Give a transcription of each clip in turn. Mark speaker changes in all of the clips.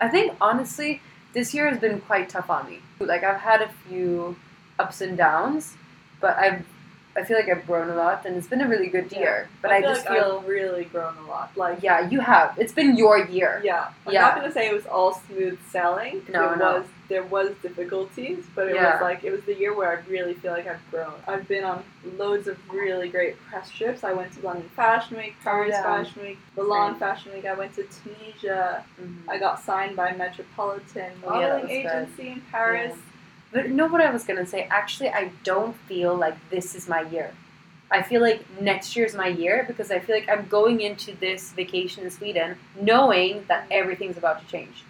Speaker 1: I think honestly, this year has been quite tough on me. Like I've had a few ups and downs, but I've I feel like I've grown a lot, and it's been a really good
Speaker 2: Yeah.
Speaker 1: year. But I,
Speaker 2: I, feel
Speaker 1: just
Speaker 2: like
Speaker 1: feel
Speaker 2: I've really grown a lot. Like
Speaker 1: yeah, you have. It's been your year.
Speaker 2: Yeah, I'm
Speaker 1: Yeah.
Speaker 2: not gonna say it was all smooth sailing. 'cause
Speaker 1: No,
Speaker 2: it
Speaker 1: no.
Speaker 2: was. There was difficulties, but it
Speaker 1: Yeah.
Speaker 2: was like it was the year where I really feel like I've grown. I've been on loads of really great press trips. I went to London Fashion Week, Paris
Speaker 1: yeah.
Speaker 2: Fashion Week, Milan
Speaker 1: Same.
Speaker 2: Fashion Week. I went to Tunisia.
Speaker 1: Mhm.
Speaker 2: I got signed by Metropolitan
Speaker 1: Oh, yeah, that
Speaker 2: Modeling
Speaker 1: was good.
Speaker 2: Agency in Paris.
Speaker 1: But you know what I was gonna say? Actually, I don't feel like this is my year. I feel like next year is my year because I feel like I'm going into this vacation in Sweden knowing that
Speaker 2: Mm-hmm.
Speaker 1: everything's about to change.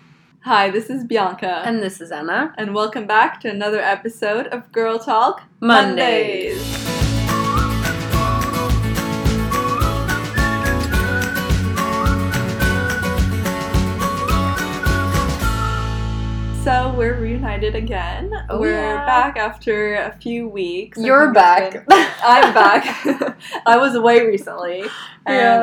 Speaker 2: Hi, this is Bianca,
Speaker 1: And this is Anna.
Speaker 2: and welcome back to another episode of Girl Talk
Speaker 1: Mondays.
Speaker 2: So we're reunited again.
Speaker 1: Oh,
Speaker 2: we're
Speaker 1: yeah.
Speaker 2: back after a few weeks. I
Speaker 1: You're
Speaker 2: think it's been-
Speaker 1: back.
Speaker 2: I'm back. I was away recently, and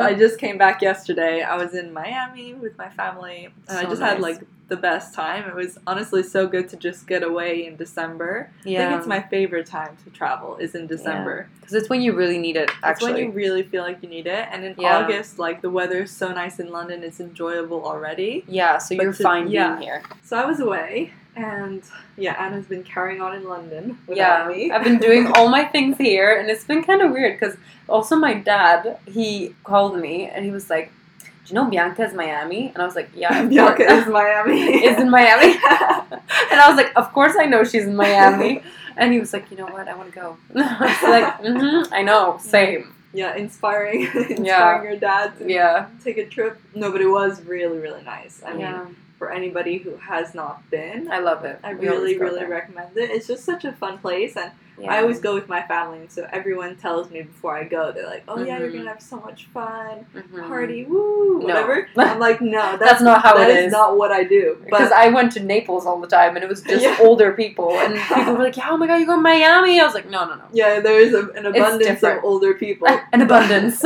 Speaker 1: Yeah.
Speaker 2: I just came back yesterday. I was in Miami with my family, and I
Speaker 1: So
Speaker 2: just had
Speaker 1: nice.
Speaker 2: like the best time. It was honestly so good to just get away in December. I think it's my favorite time to travel is in December.
Speaker 1: because it's when you really need it.
Speaker 2: That's
Speaker 1: Actually,
Speaker 2: when you really feel like you need it. And in
Speaker 1: Yeah.
Speaker 2: August, like the weather is so nice in London, it's enjoyable already.
Speaker 1: yeah. So
Speaker 2: But
Speaker 1: you're
Speaker 2: to-
Speaker 1: fine
Speaker 2: yeah.
Speaker 1: being here.
Speaker 2: So I was away, and yeah, Anna's been carrying on in London
Speaker 1: Yeah,
Speaker 2: without me.
Speaker 1: I've been doing all my things here, and it's been kind of weird because also my dad he called me and he was like, "Do you know Bianca is Miami?" And I was like, "Yeah, of
Speaker 2: Bianca
Speaker 1: course."
Speaker 2: is Miami.
Speaker 1: is in Miami. and I was like, of course I know she's in Miami. And he was like, you know what? I want to go. I was like, mm-hmm, I know, same.
Speaker 2: yeah, inspiring, inspiring
Speaker 1: Yeah.
Speaker 2: your dad to
Speaker 1: Yeah.
Speaker 2: take a trip. No, but it was really, really nice. I mean,
Speaker 1: yeah.
Speaker 2: for anybody who has not been,
Speaker 1: I love it.
Speaker 2: I
Speaker 1: We always
Speaker 2: really,
Speaker 1: go
Speaker 2: really
Speaker 1: there.
Speaker 2: recommend it. It's just such a fun place, and
Speaker 1: Yeah.
Speaker 2: I always go with my family, and so everyone tells me before I go, they're like, "Oh yeah, you're
Speaker 1: Mhm.
Speaker 2: gonna have so much fun,
Speaker 1: Mhm.
Speaker 2: party, woo,
Speaker 1: No.
Speaker 2: whatever." I'm like, "No,
Speaker 1: That's
Speaker 2: that's,
Speaker 1: not how
Speaker 2: that
Speaker 1: it
Speaker 2: is
Speaker 1: is.
Speaker 2: not what I do."
Speaker 1: Because
Speaker 2: But
Speaker 1: I went to Naples all the time and it was just
Speaker 2: Yeah.
Speaker 1: older people. And people were like, yeah, oh my god, you go to Miami? I was like, no, no, no.
Speaker 2: yeah, there is a, an abundance of
Speaker 1: different.
Speaker 2: older people.
Speaker 1: An abundance.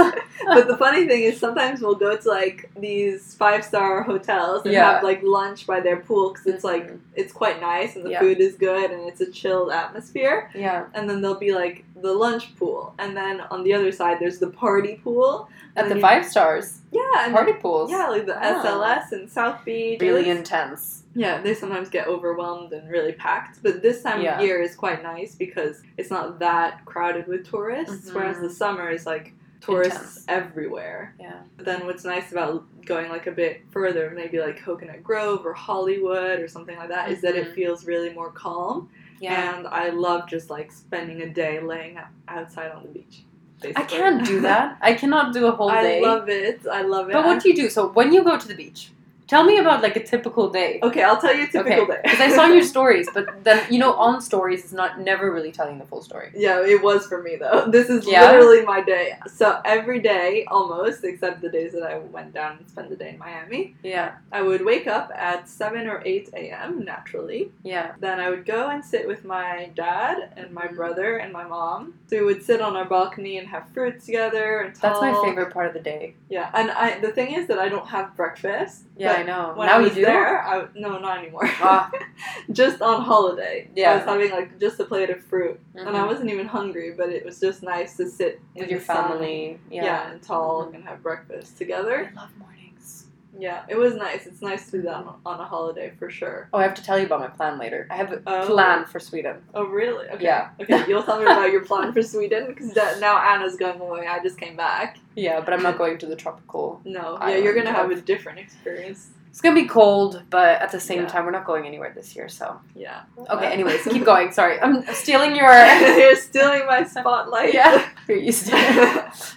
Speaker 2: but the funny thing is, sometimes we'll go to like these five star hotels and
Speaker 1: Yeah. Mm-hmm.
Speaker 2: have like lunch by their pool because it's like it's quite nice and the
Speaker 1: Yeah.
Speaker 2: food is good and it's a chilled atmosphere.
Speaker 1: yeah.
Speaker 2: and then there'll be like the lunch pool, and then on the other side there's the party pool.
Speaker 1: At
Speaker 2: And
Speaker 1: the
Speaker 2: you-
Speaker 1: five stars,
Speaker 2: Yeah, and
Speaker 1: party pools.
Speaker 2: yeah, like the
Speaker 1: Oh.
Speaker 2: SLS and South Beach.
Speaker 1: Really
Speaker 2: It's-
Speaker 1: intense.
Speaker 2: yeah, they sometimes get overwhelmed and really packed, but this time
Speaker 1: Yeah.
Speaker 2: of year is quite nice because it's not that crowded with tourists,
Speaker 1: Mhm.
Speaker 2: whereas the summer is like tourists
Speaker 1: Intense.
Speaker 2: everywhere.
Speaker 1: Yeah.
Speaker 2: But then what's nice about going like a bit further, maybe like Coconut Grove or Hollywood or something like that, is that it
Speaker 1: Mhm.
Speaker 2: feels really more calm.
Speaker 1: Yeah.
Speaker 2: And I love just like spending a day laying outside on the beach.
Speaker 1: I
Speaker 2: Basically.
Speaker 1: can't do that. I cannot do a whole
Speaker 2: I
Speaker 1: day.
Speaker 2: love it. I love it.
Speaker 1: But what do you do? So when you go to the beach, tell me about like a typical day.
Speaker 2: Okay, I'll tell you a typical
Speaker 1: Okay,
Speaker 2: day.
Speaker 1: Because I saw in your stories, but then you know, on stories, it's not never really telling the full story.
Speaker 2: Yeah, it was for me though. This is
Speaker 1: Yeah?
Speaker 2: literally my day. So every day, almost, except the days that I went down and spent the day in Miami,
Speaker 1: Yeah,
Speaker 2: I would wake up at 7 or 8 a.m. naturally.
Speaker 1: yeah,
Speaker 2: Then I would go and sit with my dad and my
Speaker 1: Mhm.
Speaker 2: brother and my mom. So we would sit on our balcony and have fruit together and
Speaker 1: that's my
Speaker 2: talk.
Speaker 1: favorite part of the day.
Speaker 2: Yeah, and I the thing is that I don't have breakfast.
Speaker 1: Yeah,
Speaker 2: but
Speaker 1: I know.
Speaker 2: When
Speaker 1: now
Speaker 2: I was
Speaker 1: you do.
Speaker 2: there, I, no, not anymore.
Speaker 1: Ah,
Speaker 2: just on holiday, I
Speaker 1: Yeah.
Speaker 2: was having like just a plate of fruit, and I
Speaker 1: mhm.
Speaker 2: wasn't even hungry, but it was just nice to sit
Speaker 1: with
Speaker 2: in
Speaker 1: your
Speaker 2: the sun,
Speaker 1: family. Yeah.
Speaker 2: yeah,
Speaker 1: Mm-hmm.
Speaker 2: and talk and have breakfast together.
Speaker 1: I love mornings.
Speaker 2: Yeah, it was nice. It's nice to do that on, on a holiday for sure.
Speaker 1: Oh, I have to tell you about my plan later. I have a
Speaker 2: Oh.
Speaker 1: plan for Sweden.
Speaker 2: Oh really? Okay.
Speaker 1: Yeah.
Speaker 2: Okay. You'll tell me about your plan for Sweden because now Anna's going away. I just came back.
Speaker 1: Yeah, but I'm not going to the tropical.
Speaker 2: No.
Speaker 1: I
Speaker 2: yeah, you're
Speaker 1: don't
Speaker 2: gonna have a
Speaker 1: have-
Speaker 2: different experience.
Speaker 1: It's gonna be cold, but at the same
Speaker 2: Yeah.
Speaker 1: time, we're not going anywhere this year. So
Speaker 2: Yeah.
Speaker 1: okay.
Speaker 2: Uh,
Speaker 1: Anyways, keep going. Sorry, I'm stealing your.
Speaker 2: You're stealing my spotlight.
Speaker 1: Yeah. You're used to it.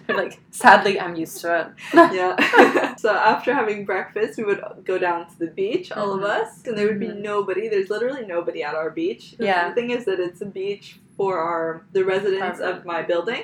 Speaker 1: But, like, sadly, I'm used to it.
Speaker 2: yeah. so after having breakfast, we would go down to the beach, all of
Speaker 1: Mhm.
Speaker 2: us, and there would be
Speaker 1: Mhm.
Speaker 2: nobody. There's literally nobody at our beach.
Speaker 1: Yeah.
Speaker 2: The thing is that it's a beach for our the residents of
Speaker 1: Apartment. Mm.
Speaker 2: my building.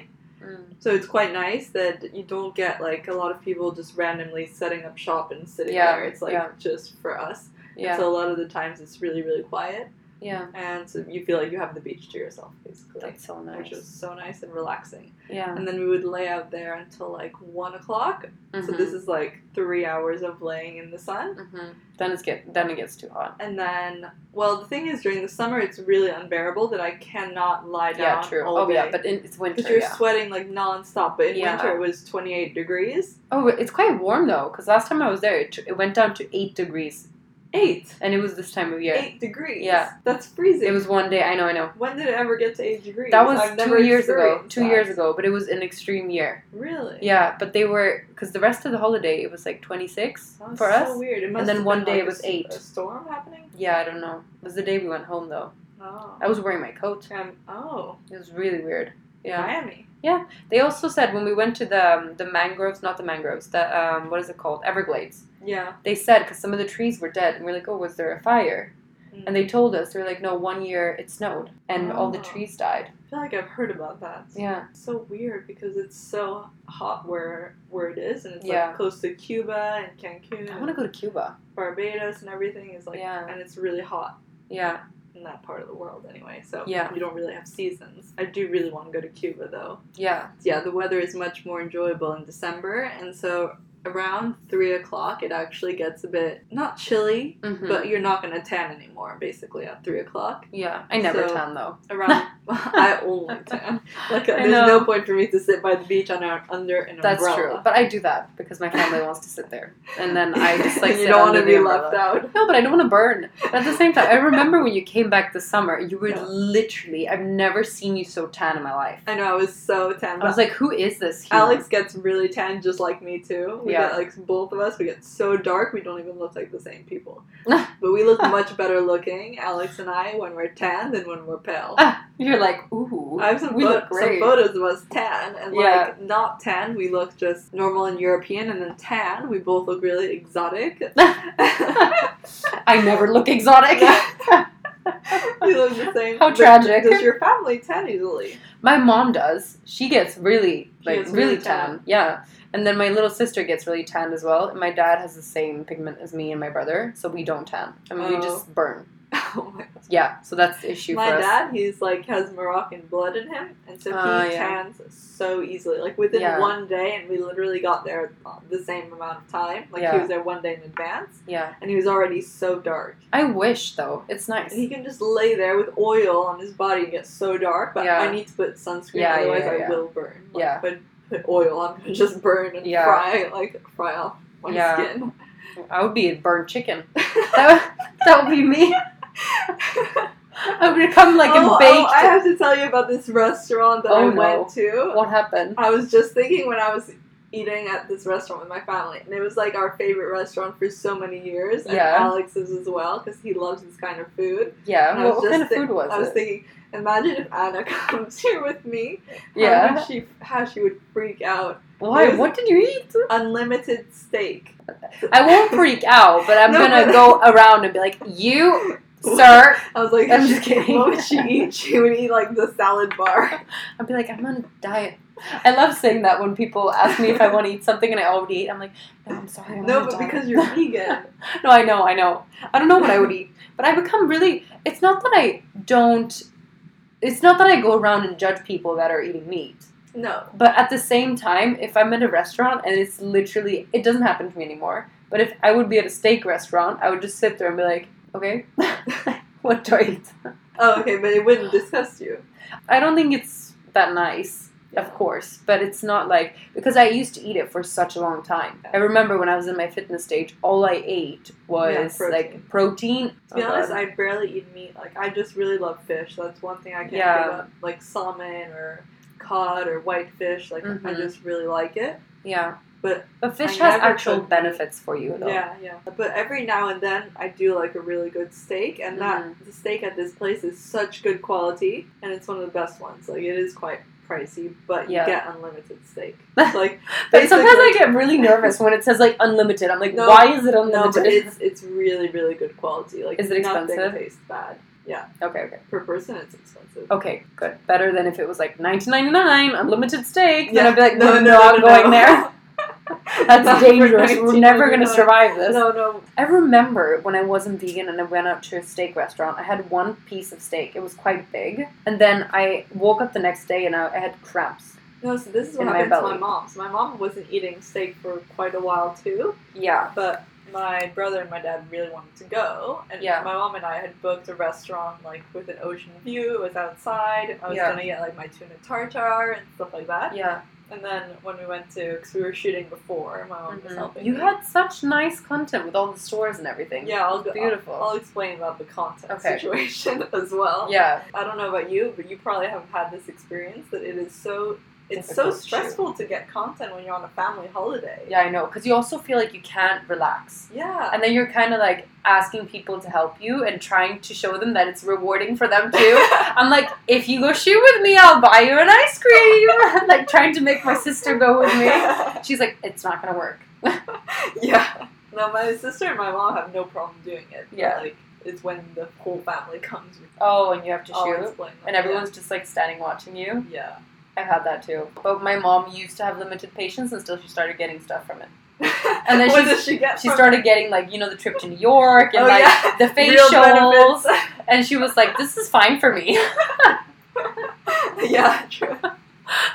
Speaker 2: So it's quite nice that you don't get like a lot of people just randomly setting up shop and sitting
Speaker 1: Yeah,
Speaker 2: there. It's like
Speaker 1: yeah.
Speaker 2: just for us. And
Speaker 1: Yeah.
Speaker 2: so a lot of the times it's really really quiet.
Speaker 1: Yeah.
Speaker 2: and so you feel like you have the beach to yourself basically
Speaker 1: That's so
Speaker 2: which
Speaker 1: nice.
Speaker 2: was so nice and relaxing
Speaker 1: yeah.
Speaker 2: and then we would lay out there until like one o'clock so
Speaker 1: Mhm.
Speaker 2: this is like three hours of laying in the sun
Speaker 1: Mhm. Then it's get then it gets too hot.
Speaker 2: and then well the thing is during the summer it's really unbearable that i cannot lie
Speaker 1: Yeah,
Speaker 2: down
Speaker 1: true.
Speaker 2: all
Speaker 1: Oh
Speaker 2: day
Speaker 1: yeah, but in, it's
Speaker 2: because
Speaker 1: winter.
Speaker 2: you're
Speaker 1: Yeah.
Speaker 2: sweating like nonstop, but in
Speaker 1: Yeah.
Speaker 2: winter it was 28 degrees.
Speaker 1: Oh, it's quite warm though. Because last time I was there, it, t- it went down to eight degrees,
Speaker 2: Eight.
Speaker 1: and it was this time of year.
Speaker 2: Eight degrees.
Speaker 1: Yeah.
Speaker 2: That's freezing.
Speaker 1: It was one day. I know. I know.
Speaker 2: When did it ever get to eight degrees?
Speaker 1: That was
Speaker 2: I've never
Speaker 1: two years ago.
Speaker 2: experienced
Speaker 1: Two
Speaker 2: that.
Speaker 1: years ago, but it was an extreme year.
Speaker 2: Really?
Speaker 1: Yeah, but they were because the rest of the holiday it was like twenty six
Speaker 2: That was
Speaker 1: for
Speaker 2: so
Speaker 1: us.
Speaker 2: weird. It must
Speaker 1: then
Speaker 2: have
Speaker 1: one
Speaker 2: been,
Speaker 1: day
Speaker 2: like,
Speaker 1: it
Speaker 2: a
Speaker 1: was
Speaker 2: s-
Speaker 1: eight.
Speaker 2: A storm happening?
Speaker 1: Yeah, I don't know. It was the day we went home though.
Speaker 2: Oh.
Speaker 1: I was wearing my coat.
Speaker 2: Um, oh.
Speaker 1: It was really weird. Yeah.
Speaker 2: Miami.
Speaker 1: They also said when we went to the um, the mangroves, not the mangroves, the um, what is it called, Everglades.
Speaker 2: Yeah.
Speaker 1: They said because some of the trees were dead, and we are like, oh, was there a fire? And they told us they were like, no, one year it snowed and all the
Speaker 2: Mm. Oh.
Speaker 1: trees died.
Speaker 2: I feel like I've heard about that.
Speaker 1: Yeah,
Speaker 2: It's so weird because it's so hot where where it is, and it's
Speaker 1: Yeah.
Speaker 2: like close to Cuba and Cancun,
Speaker 1: I want to
Speaker 2: and
Speaker 1: go to Cuba.
Speaker 2: Barbados, and everything is like,
Speaker 1: Yeah.
Speaker 2: and it's really hot.
Speaker 1: Yeah,
Speaker 2: in that part of the world anyway. So
Speaker 1: Yeah.
Speaker 2: you don't really have seasons. I do really want to go to Cuba though.
Speaker 1: yeah,
Speaker 2: Yeah, the weather is much more enjoyable in December, and so around three o'clock it actually gets a bit not chilly,
Speaker 1: Mhm.
Speaker 2: but you're not gonna tan anymore basically at three o'clock.
Speaker 1: yeah. I never
Speaker 2: So-
Speaker 1: tan though.
Speaker 2: Around I only tan. Like
Speaker 1: I
Speaker 2: there's
Speaker 1: know.
Speaker 2: no point for me to sit by the beach on our, under an
Speaker 1: That's true,
Speaker 2: umbrella.
Speaker 1: but I do that because my family wants to sit there, and then I just like
Speaker 2: you
Speaker 1: sit
Speaker 2: don't
Speaker 1: under
Speaker 2: wanna
Speaker 1: the
Speaker 2: be
Speaker 1: umbrella.
Speaker 2: left out.
Speaker 1: No, but I don't want to burn. But at the same time, I remember when you came back this summer, you were
Speaker 2: Yeah.
Speaker 1: literally, I've never seen you so tan in my life.
Speaker 2: I know I was so tan.
Speaker 1: I was like, who is this human?
Speaker 2: Uh, Alex gets really tan just like me too. We
Speaker 1: Yeah.
Speaker 2: get like both of us, we get so dark we don't even look like the same people. but we look much better looking, Alex and I, when we're tan than when we're pale.
Speaker 1: You're like, ooh.
Speaker 2: I have some,
Speaker 1: Uh, we
Speaker 2: pho-
Speaker 1: look
Speaker 2: some
Speaker 1: great.
Speaker 2: photos of us tan and
Speaker 1: Yeah.
Speaker 2: like not tan, we look just normal and European and then tan, we both look really exotic.
Speaker 1: I never look exotic.
Speaker 2: we look the same.
Speaker 1: How
Speaker 2: But
Speaker 1: tragic.
Speaker 2: Does your family tan easily?
Speaker 1: my mom does. She gets really,
Speaker 2: She
Speaker 1: like,
Speaker 2: gets
Speaker 1: really,
Speaker 2: really
Speaker 1: tan.
Speaker 2: tan.
Speaker 1: Yeah. And then my little sister gets really tanned as well. And my dad has the same pigment as me and my brother, so we don't tan. I mean, we
Speaker 2: Oh.
Speaker 1: just burn.
Speaker 2: Oh my
Speaker 1: Yeah, so that's the issue
Speaker 2: My
Speaker 1: for us.
Speaker 2: dad, he's like has Moroccan blood in him, and so he
Speaker 1: Ah, yeah.
Speaker 2: tans so easily. Like within
Speaker 1: Yeah.
Speaker 2: one day, and we literally got there uh, the same amount of time. Like
Speaker 1: Yeah.
Speaker 2: he was there one day in advance,
Speaker 1: Yeah.
Speaker 2: and he was already so dark.
Speaker 1: I wish, though. It's nice.
Speaker 2: And he can just lay there with oil on his body and get so dark. But
Speaker 1: Yeah.
Speaker 2: I need to put sunscreen,
Speaker 1: Yeah, yeah,
Speaker 2: otherwise
Speaker 1: yeah,
Speaker 2: I
Speaker 1: yeah.
Speaker 2: will burn. Like,
Speaker 1: Yeah.
Speaker 2: if I put oil, I'm gonna just burn and
Speaker 1: Yeah.
Speaker 2: fry like fry off my
Speaker 1: Yeah.
Speaker 2: skin.
Speaker 1: I would be a burnt chicken. That would, that would be me. I would become like
Speaker 2: oh,
Speaker 1: a
Speaker 2: oh,
Speaker 1: baked.
Speaker 2: I have to tell you about this restaurant that
Speaker 1: Oh,
Speaker 2: I
Speaker 1: no.
Speaker 2: went to.
Speaker 1: what happened?
Speaker 2: I was just thinking when I was eating at this restaurant with my family, and it was like our favorite restaurant for so many years, and
Speaker 1: Yeah.
Speaker 2: Alex's as well, because he loves this kind of food.
Speaker 1: Yeah.
Speaker 2: And I
Speaker 1: What,
Speaker 2: was
Speaker 1: what kind of
Speaker 2: just
Speaker 1: food was
Speaker 2: I was
Speaker 1: it?
Speaker 2: thinking, imagine if Anna comes here with me, how
Speaker 1: yeah.
Speaker 2: would she how she would freak out.
Speaker 1: Why?
Speaker 2: it was-
Speaker 1: What did you eat?
Speaker 2: Unlimited steak.
Speaker 1: I won't freak out, but I'm
Speaker 2: No,
Speaker 1: gonna
Speaker 2: but-
Speaker 1: go around and be like, "You, sir."
Speaker 2: I was like,
Speaker 1: I'm just kidding.
Speaker 2: What would she eat? She would eat like the salad bar.
Speaker 1: I'd be like, "I'm on a diet." I love saying that when people ask me if I want to eat something and I already ate. I'm like, "No, I'm sorry." I'm on
Speaker 2: no,
Speaker 1: a
Speaker 2: but
Speaker 1: diet."
Speaker 2: because you're vegan.
Speaker 1: No, I know, I know. I don't know what I would eat, but I become really. It's not that I don't. It's not that I go around and judge people that are eating meat,
Speaker 2: No.
Speaker 1: but at the same time, if I'm at a restaurant and it's literally, it doesn't happen to me anymore. But if I would be at a steak restaurant, I would just sit there and be like, okay, what do I eat?
Speaker 2: Oh, okay, but it wouldn't disgust you.
Speaker 1: I don't think it's that nice, of course, but it's not like because I used to eat it for such a long time. I remember when I was in my fitness stage, all I ate was
Speaker 2: protein.
Speaker 1: like protein.
Speaker 2: To be
Speaker 1: Oh,
Speaker 2: honest,
Speaker 1: God.
Speaker 2: I barely eat meat. Like I just really love fish. That's one thing I can't
Speaker 1: Yeah.
Speaker 2: give up. Like salmon or cod or white fish. Like I
Speaker 1: Mhm.
Speaker 2: just really like it.
Speaker 1: Yeah.
Speaker 2: But-
Speaker 1: but fish
Speaker 2: I
Speaker 1: has
Speaker 2: never
Speaker 1: actual
Speaker 2: cooked
Speaker 1: benefits for you though.
Speaker 2: Yeah, yeah. But every now and then I do like a really good steak, and
Speaker 1: Mm-hmm.
Speaker 2: that the steak at this place is such good quality, and it's one of the best ones. Like it is quite pricey, but you
Speaker 1: Yeah.
Speaker 2: get unlimited steak. It's like
Speaker 1: But sometimes I
Speaker 2: basically-
Speaker 1: get really nervous when it says like unlimited. I'm like,
Speaker 2: No,
Speaker 1: why is it
Speaker 2: no,
Speaker 1: unlimited?
Speaker 2: but it's it's really really good quality. Like
Speaker 1: Is it
Speaker 2: nothing
Speaker 1: expensive?
Speaker 2: Tastes bad. Yeah,
Speaker 1: okay, okay,
Speaker 2: per person it's expensive.
Speaker 1: okay, good. Better than if it was like 19.99 unlimited steak. Then
Speaker 2: Yeah.
Speaker 1: I'd be like,
Speaker 2: No,
Speaker 1: no, no,
Speaker 2: no,
Speaker 1: I'm
Speaker 2: no, no.
Speaker 1: going there. That's dangerous.
Speaker 2: For
Speaker 1: We're never going to
Speaker 2: 1999.
Speaker 1: survive this.
Speaker 2: No, no.
Speaker 1: I remember when I wasn't vegan and I went out to a steak restaurant. I had one piece of steak. It was quite big. And then I woke up the next day and I, I had cramps.
Speaker 2: No, so this is what
Speaker 1: In my
Speaker 2: happened to my
Speaker 1: belly.
Speaker 2: mom. So my mom wasn't eating steak for quite a while too,
Speaker 1: Yeah.
Speaker 2: but my brother and my dad really wanted to go, and
Speaker 1: Yeah.
Speaker 2: my mom and I had booked a restaurant like with an ocean view. It was outside. and I was
Speaker 1: Yeah.
Speaker 2: gonna get like my tuna tartar and stuff like that.
Speaker 1: Yeah.
Speaker 2: And then when we went to, because we were shooting before, my mom was helping.
Speaker 1: Mm-hmm. You
Speaker 2: me.
Speaker 1: had such nice content with all the stores and everything.
Speaker 2: yeah, I'll go,
Speaker 1: Beautiful.
Speaker 2: I'll, I'll explain about the content
Speaker 1: Okay.
Speaker 2: situation as well.
Speaker 1: yeah.
Speaker 2: I don't know about you, but you probably have had this experience that it is so it's
Speaker 1: Difficult
Speaker 2: so
Speaker 1: to-
Speaker 2: stressful to get content when you're on a family holiday.
Speaker 1: Yeah, I know. Because you also feel like you can't relax.
Speaker 2: Yeah.
Speaker 1: And then you're kind of like asking people to help you and trying to show them that it's rewarding for them too. I'm like, if you go shoot with me, I'll buy you an ice cream. like trying to make my sister go with me. She's like, it's not gonna work.
Speaker 2: yeah. No, my sister and my mom have no problem doing it. but,
Speaker 1: Yeah.
Speaker 2: Like it's when the whole family comes. with-
Speaker 1: Oh, and you have to
Speaker 2: I'll
Speaker 1: shoot,
Speaker 2: explain that,
Speaker 1: and everyone's just like standing watching you.
Speaker 2: Yeah.
Speaker 1: I've had that too. But my mom used to have limited patience, and still she started getting stuff from it.
Speaker 2: yeah.
Speaker 1: And then
Speaker 2: what
Speaker 1: she-
Speaker 2: does she get?
Speaker 1: She
Speaker 2: from
Speaker 1: started getting like you know the trip to New York and
Speaker 2: Oh,
Speaker 1: like
Speaker 2: yeah.
Speaker 1: the
Speaker 2: Real
Speaker 1: facials, and she was like, "This is fine for me."
Speaker 2: benefits? yeah. True.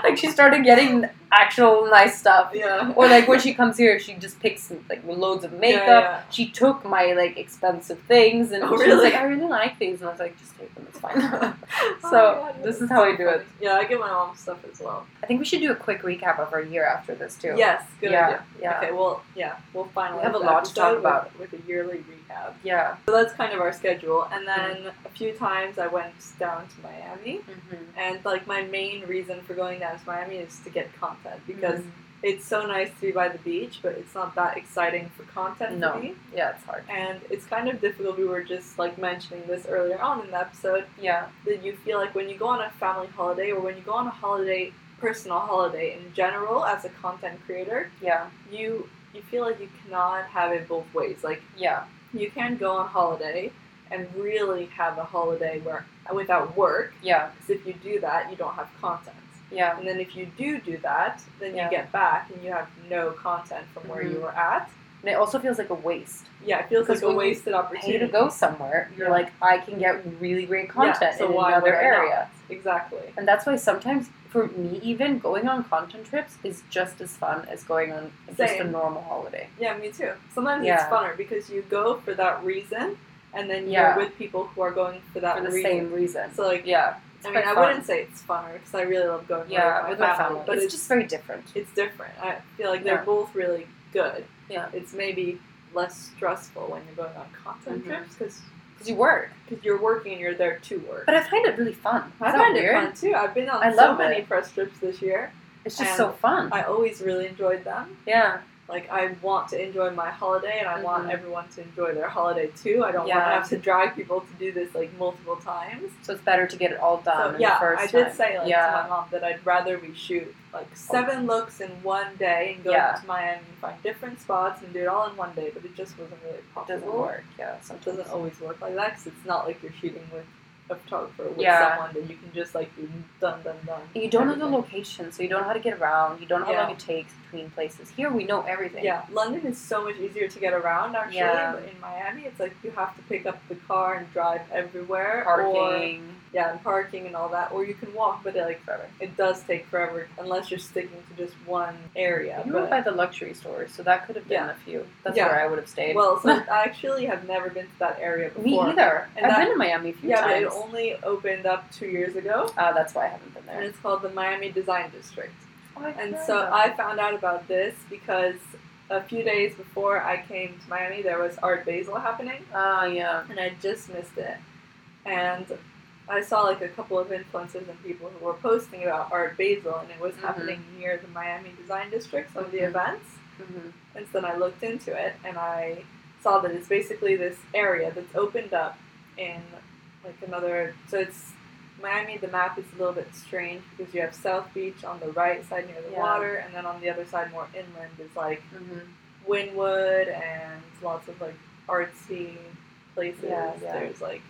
Speaker 1: like she started getting actual nice stuff.
Speaker 2: Yeah.
Speaker 1: Or like when she comes here, she just picks like loads of makeup.
Speaker 2: yeah.
Speaker 1: She took my like expensive things, and
Speaker 2: Oh,
Speaker 1: she was
Speaker 2: really?
Speaker 1: like, "I really like these," and I was like, "Just take them, it's fine."
Speaker 2: Oh my
Speaker 1: So,
Speaker 2: God,
Speaker 1: this
Speaker 2: that's
Speaker 1: is how I
Speaker 2: so
Speaker 1: do it.
Speaker 2: funny. Yeah, I give my mom stuff as well.
Speaker 1: I think we should do a quick recap of our year after this too.
Speaker 2: Yes, good
Speaker 1: yeah,
Speaker 2: idea.
Speaker 1: yeah,
Speaker 2: Okay, well, yeah, we'll finalize.
Speaker 1: We have a
Speaker 2: the
Speaker 1: lot to talk
Speaker 2: episode
Speaker 1: about.
Speaker 2: with, with a yearly recap.
Speaker 1: yeah.
Speaker 2: So that's kind of our schedule. And then a few times I went down to Miami,
Speaker 1: Mm-hmm.
Speaker 2: and like my main reason for going down to Miami is to get content because
Speaker 1: Mm-hmm.
Speaker 2: it's so nice to be by the beach, but it's not that exciting for content
Speaker 1: No.
Speaker 2: to be.
Speaker 1: yeah, it's hard.
Speaker 2: And it's kind of difficult. We were just like mentioning this earlier on in the episode
Speaker 1: Yeah,
Speaker 2: that you feel like when you go on a family holiday or when you go on a holiday, personal holiday in general, as a content creator,
Speaker 1: yeah,
Speaker 2: you you feel like you cannot have it both ways. Like
Speaker 1: yeah,
Speaker 2: you can go on holiday and really have a holiday where without work,
Speaker 1: yeah,
Speaker 2: because if you do that, you don't have content.
Speaker 1: yeah,
Speaker 2: And then if you do do that, then
Speaker 1: Yeah.
Speaker 2: you get back and you have no content from where you were at.
Speaker 1: and it also feels like a waste.
Speaker 2: Yeah, it feels
Speaker 1: Because
Speaker 2: like a
Speaker 1: when you
Speaker 2: wasted
Speaker 1: Pay
Speaker 2: opportunity.
Speaker 1: to go somewhere, you're
Speaker 2: Yeah.
Speaker 1: like, I can get really great
Speaker 2: Yeah,
Speaker 1: content
Speaker 2: so
Speaker 1: in
Speaker 2: why
Speaker 1: another
Speaker 2: would I not?
Speaker 1: area.
Speaker 2: Exactly.
Speaker 1: And that's why sometimes for me even going on content trips is just as fun as going on just a
Speaker 2: Same.
Speaker 1: normal holiday.
Speaker 2: Yeah, me too. Sometimes
Speaker 1: Yeah.
Speaker 2: it's funner because you go for that reason, and then
Speaker 1: Yeah.
Speaker 2: you're with people who are going for that
Speaker 1: For the
Speaker 2: reason.
Speaker 1: same reason.
Speaker 2: So like,
Speaker 1: yeah. It's
Speaker 2: I mean,
Speaker 1: quite
Speaker 2: I
Speaker 1: fun.
Speaker 2: wouldn't say it's funner because I really love going
Speaker 1: Yeah,
Speaker 2: away
Speaker 1: with
Speaker 2: with
Speaker 1: my family.
Speaker 2: but
Speaker 1: it's,
Speaker 2: it's
Speaker 1: just very different.
Speaker 2: it's different. I feel like they're
Speaker 1: Yeah.
Speaker 2: both really good.
Speaker 1: Yeah.
Speaker 2: It's maybe less stressful when you're going on content
Speaker 1: Mhm.
Speaker 2: trips because
Speaker 1: Because you work.
Speaker 2: you're working and you're there to work.
Speaker 1: But I find it really fun.
Speaker 2: I
Speaker 1: Is that
Speaker 2: find
Speaker 1: weird?
Speaker 2: it fun too. I've been on
Speaker 1: I
Speaker 2: so
Speaker 1: love
Speaker 2: many
Speaker 1: it.
Speaker 2: press trips this year.
Speaker 1: It's just
Speaker 2: And
Speaker 1: so fun.
Speaker 2: I always really enjoyed them.
Speaker 1: yeah.
Speaker 2: Like I want to enjoy my holiday and I want
Speaker 1: Mhm.
Speaker 2: everyone to enjoy their holiday too. I don't want
Speaker 1: Yeah.
Speaker 2: to have to drag people to do this like multiple times.
Speaker 1: So it's better to get it all done
Speaker 2: So,
Speaker 1: in
Speaker 2: yeah,
Speaker 1: the first
Speaker 2: I did
Speaker 1: time.
Speaker 2: say like to
Speaker 1: Yeah.
Speaker 2: my mom that I'd rather we shoot like seven looks in one day and go
Speaker 1: Yeah.
Speaker 2: to Miami and find different spots and do it all in one day, but it just wasn't really
Speaker 1: It doesn't
Speaker 2: possible.
Speaker 1: work. Yeah.
Speaker 2: Oh. It
Speaker 1: Sometimes.
Speaker 2: doesn't always work like that because it's not like you're shooting with a photographer with
Speaker 1: Yeah.
Speaker 2: someone that you can just like be done, done, done.
Speaker 1: And You don't know the
Speaker 2: everything.
Speaker 1: location, so you don't know how to get around. You don't know how
Speaker 2: Yeah.
Speaker 1: long it takes between places. Here we know everything.
Speaker 2: Yeah, London is so much easier to get around actually,
Speaker 1: Yeah.
Speaker 2: but in Miami it's like you have to pick up the car and drive everywhere. Or,
Speaker 1: Parking.
Speaker 2: yeah, and parking and all that. Or you can walk, but like
Speaker 1: Forever.
Speaker 2: It does take forever unless you're sticking to just one area.
Speaker 1: You
Speaker 2: but-
Speaker 1: were by the luxury store, so that could have been
Speaker 2: Yeah.
Speaker 1: a few. That's
Speaker 2: Yeah.
Speaker 1: where I would have stayed.
Speaker 2: well, so I actually have never been to that area
Speaker 1: me
Speaker 2: before.
Speaker 1: either.
Speaker 2: And
Speaker 1: I've
Speaker 2: that-
Speaker 1: been to Miami a few
Speaker 2: Yeah,
Speaker 1: times.
Speaker 2: but it only opened up two years ago,
Speaker 1: Ah, that's why I haven't been
Speaker 2: and
Speaker 1: there.
Speaker 2: it's called the Miami Design District. And
Speaker 1: Oh,
Speaker 2: so
Speaker 1: I
Speaker 2: I found out about this because a few days before I came to Miami, there was Art Basel happening,
Speaker 1: Ah, yeah.
Speaker 2: and I just missed it. And I saw like a couple of influencers and people who were posting about Art Basel, and it was
Speaker 1: Mhm.
Speaker 2: happening near the Miami Design District, some of the
Speaker 1: Mhm.
Speaker 2: events.
Speaker 1: Mhm.
Speaker 2: And so then I looked into it and I saw that it's basically this area that's opened up in like another. So it's Miami, the map is a little bit strange because you have South Beach on the right side near the
Speaker 1: Yeah.
Speaker 2: water, and then on the other side, more inland, is like
Speaker 1: Mhm.
Speaker 2: Wynwood and lots of like artsy places.
Speaker 1: Yeah, yeah.
Speaker 2: There's like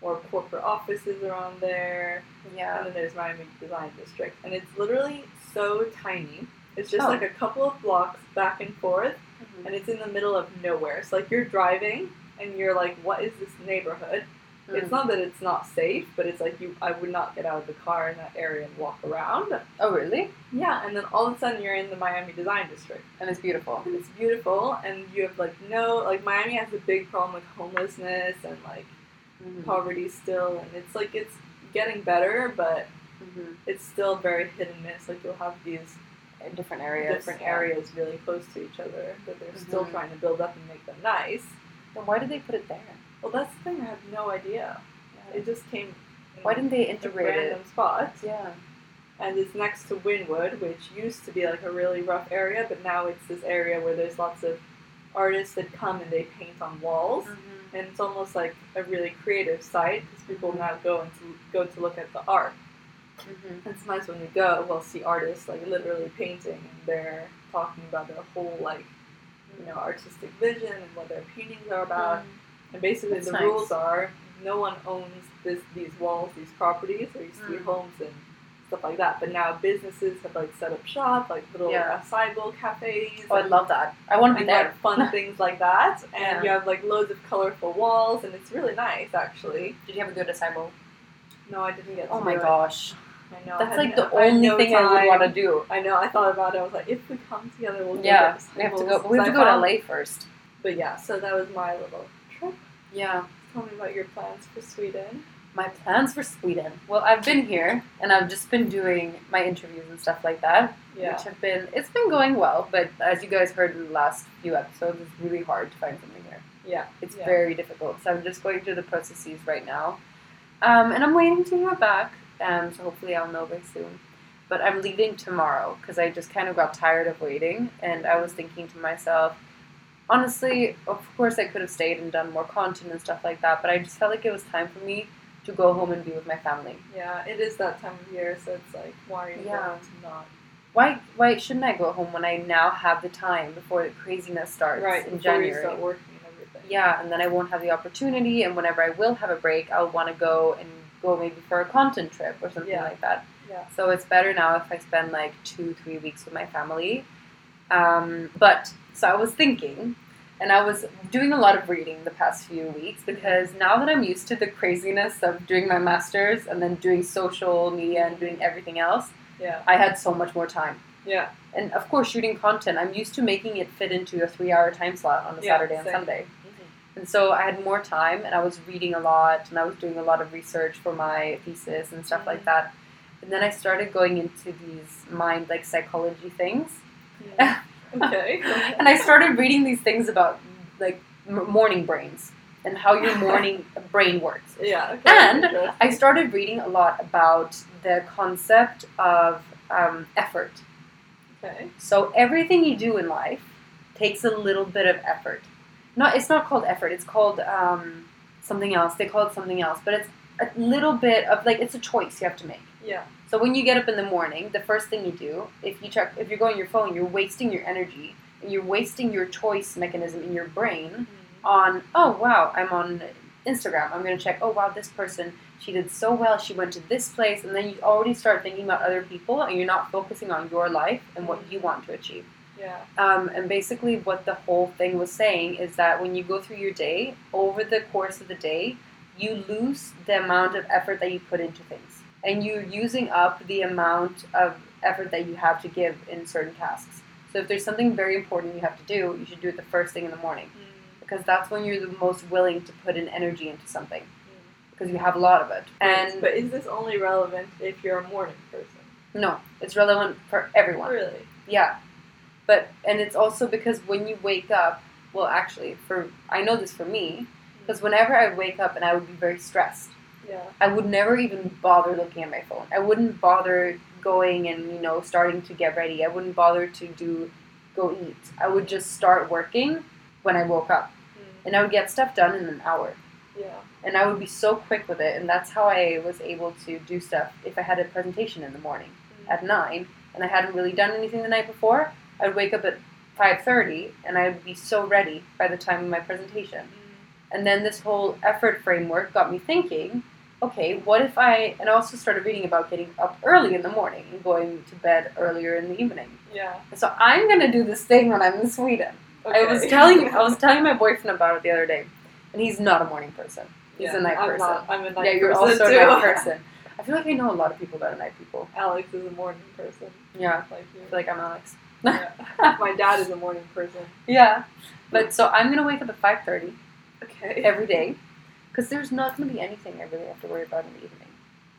Speaker 2: more corporate offices around there,
Speaker 1: Yeah.
Speaker 2: and then there's Miami Design District. And it's literally so tiny It's just
Speaker 1: Oh.
Speaker 2: like a couple of blocks back and forth,
Speaker 1: Mhm.
Speaker 2: and it's in the middle of nowhere. So like you're driving and you're like, what is this neighborhood? It's not that it's not safe, but it's like you I would not get out of the car in that area and walk around.
Speaker 1: Oh, really?
Speaker 2: Yeah, and then all of a sudden you're in the Miami Design District.
Speaker 1: And it's beautiful.
Speaker 2: And it's beautiful, and you have like no, like Miami has a big problem with homelessness and like
Speaker 1: Mhm.
Speaker 2: poverty still, and it's like it's getting better, but
Speaker 1: Mhm.
Speaker 2: it's still very hit and miss. Like you'll have these
Speaker 1: Different areas.
Speaker 2: different
Speaker 1: Yeah.
Speaker 2: areas really close to each other that they're still
Speaker 1: Mhm.
Speaker 2: trying to build up and make them nice.
Speaker 1: Then why did they put it there?
Speaker 2: Well, that's the thing. I have no idea. It just came. in
Speaker 1: Why didn't they
Speaker 2: a
Speaker 1: integrate it?
Speaker 2: random spot?
Speaker 1: Yeah.
Speaker 2: and it's next to Wynwood, which used to be like a really rough area, but now it's this area where there's lots of artists that come and they paint on walls.
Speaker 1: Mm-hmm.
Speaker 2: And it's almost like a really creative site because people now go and to, go to look at the art.
Speaker 1: Mhm.
Speaker 2: And sometimes when we go, we'll see artists like literally painting and they're talking about their whole like you know artistic vision and what their paintings are about. And basically,
Speaker 1: Mm-hmm. That's
Speaker 2: the
Speaker 1: nice.
Speaker 2: rules are no one owns this these walls, these properties. There used to be
Speaker 1: Mm.
Speaker 2: homes and stuff like that, but now businesses have like set up shop, like little
Speaker 1: Yeah.
Speaker 2: uh, sidewalk cafes.
Speaker 1: Oh, I
Speaker 2: and-
Speaker 1: love that. I want to be
Speaker 2: and,
Speaker 1: there.
Speaker 2: like fun things like that,
Speaker 1: Yeah.
Speaker 2: and you have like loads of colorful walls, and it's really nice actually.
Speaker 1: Did you have a good assemble?
Speaker 2: No, I didn't get. To
Speaker 1: Oh my
Speaker 2: do it.
Speaker 1: gosh.
Speaker 2: I know. I
Speaker 1: That's
Speaker 2: had
Speaker 1: like
Speaker 2: Oh no-
Speaker 1: the
Speaker 2: I had
Speaker 1: only
Speaker 2: no
Speaker 1: thing I would
Speaker 2: time.
Speaker 1: want to do.
Speaker 2: I know. I thought about it. I was like, if we come together, we'll do
Speaker 1: Yeah.
Speaker 2: this.
Speaker 1: We have to
Speaker 2: We'll-
Speaker 1: go. We have to
Speaker 2: so I
Speaker 1: go to
Speaker 2: found-
Speaker 1: LA first.
Speaker 2: But yeah, so that was my little trip.
Speaker 1: Yeah.
Speaker 2: Tell me about your plans for Sweden.
Speaker 1: My plans for Sweden. Well, I've been here and I've just been doing my interviews and stuff like that.
Speaker 2: Yeah.
Speaker 1: which have been it's been going well but as you guys heard in the last few episodes it's really hard to find something here
Speaker 2: Yeah.
Speaker 1: it's
Speaker 2: Yeah.
Speaker 1: very difficult so i'm just going through the processes right now um, and i'm waiting to hear back um, so hopefully i'll know very soon but i'm leaving tomorrow because i just kind of got tired of waiting and i was thinking to myself honestly of course i could have stayed and done more content and stuff like that but i just felt like it was time for me to go home and be with my family
Speaker 2: Yeah, it is that time of year, so it's like, why are you
Speaker 1: Yeah.
Speaker 2: going to not?
Speaker 1: why why shouldn't I go home when I now have the time before the craziness starts
Speaker 2: right
Speaker 1: in
Speaker 2: before
Speaker 1: January?
Speaker 2: you start working and everything.
Speaker 1: Yeah, and then I won't have the opportunity, and whenever I will have a break, I'll want to go and go maybe for a content trip or something
Speaker 2: Yeah.
Speaker 1: like that.
Speaker 2: Yeah.
Speaker 1: So it's better now if I spend like two, three weeks with my family. Um, but so I was thinking, and I was doing a lot of reading the past few weeks
Speaker 2: Mm-hmm.
Speaker 1: because now that I'm used to the craziness of doing my master's and then doing social media and doing everything else,
Speaker 2: Yeah.
Speaker 1: I had so much more time
Speaker 2: Yeah.
Speaker 1: and of course shooting content i'm used to making it fit into a three hour time slot on a
Speaker 2: Yeah,
Speaker 1: saturday and
Speaker 2: same. Mm-hmm.
Speaker 1: sunday and so i had more time and i was reading a lot and i was doing a lot of research for my thesis and stuff like
Speaker 2: Mhm.
Speaker 1: that and then i started going into these mind like psychology things
Speaker 2: okay.
Speaker 1: and i started reading these things about like m- morning brains and how your morning brain works
Speaker 2: Yeah. Okay.
Speaker 1: And I
Speaker 2: Interesting.
Speaker 1: started reading a lot about the concept of um, effort.
Speaker 2: Okay.
Speaker 1: So everything you do in life takes a little bit of effort. Not it's not called effort. It's called um, something else. They call it something else, but it's a little bit of like it's a choice you have to make.
Speaker 2: Yeah.
Speaker 1: So when you get up in the morning, the first thing you do, if you check, if you're going your phone, you're wasting your energy and you're wasting your choice mechanism in your brain on. Oh wow, I'm on Instagram. I'm gonna check. Oh wow, this person she did so well. She went to this place, and then you already start thinking about other people, and you're not focusing on your life and what you want to achieve.
Speaker 2: Yeah.
Speaker 1: Um, and basically, what the whole thing was saying is that when you go through your day, over the course of the day, you lose the amount of effort that you put into things. And you're using up the amount of effort that you have to give in certain tasks. So, if there's something very important you have to do, you should do it the first thing in the morning
Speaker 2: Mm.
Speaker 1: because that's when you're the most willing to put in energy into something
Speaker 2: Mm.
Speaker 1: because you have a lot of it. And
Speaker 2: but is this only relevant if you're a morning person?
Speaker 1: no, it's relevant for everyone.
Speaker 2: Really?
Speaker 1: Yeah. But and it's also because when you wake up, well actually for I know this for me, because whenever I wake up and I would be very stressed,
Speaker 2: Yeah.
Speaker 1: I would never even bother looking at my phone. I wouldn't bother going and, you know, starting to get ready. I wouldn't bother to do go eat. I would just start working when I woke up.
Speaker 2: Mm.
Speaker 1: And I would get stuff done in an hour.
Speaker 2: Yeah.
Speaker 1: And I would be so quick with it and that's how I was able to do stuff if I had a presentation in the morning
Speaker 2: Mm.
Speaker 1: at nine and I hadn't really done anything the night before, I'd wake up at five thirty and I'd be so ready by the time of my presentation.
Speaker 2: Mm.
Speaker 1: And then this whole effort framework got me thinking, okay, what if I and I also started reading about getting up early in the morning and going to bed earlier in the evening.
Speaker 2: Yeah.
Speaker 1: And so I'm gonna do this thing when I'm in Sweden. I was telling I was telling my boyfriend about it the other day, and he's not a morning person. He's
Speaker 2: Yeah,
Speaker 1: a night
Speaker 2: I'm
Speaker 1: person.
Speaker 2: Not, I'm a night
Speaker 1: yeah, you're
Speaker 2: person
Speaker 1: also
Speaker 2: too.
Speaker 1: a night person. I feel like I know a lot of people that are night people.
Speaker 2: Alex is a morning person.
Speaker 1: Yeah,
Speaker 2: Like you.
Speaker 1: I feel like I'm Alex.
Speaker 2: Yeah. My dad is a morning person.
Speaker 1: Yeah, but so I'm gonna wake up at five thirty
Speaker 2: Okay.
Speaker 1: every day, because there's not gonna be anything I really have to worry about in the evening.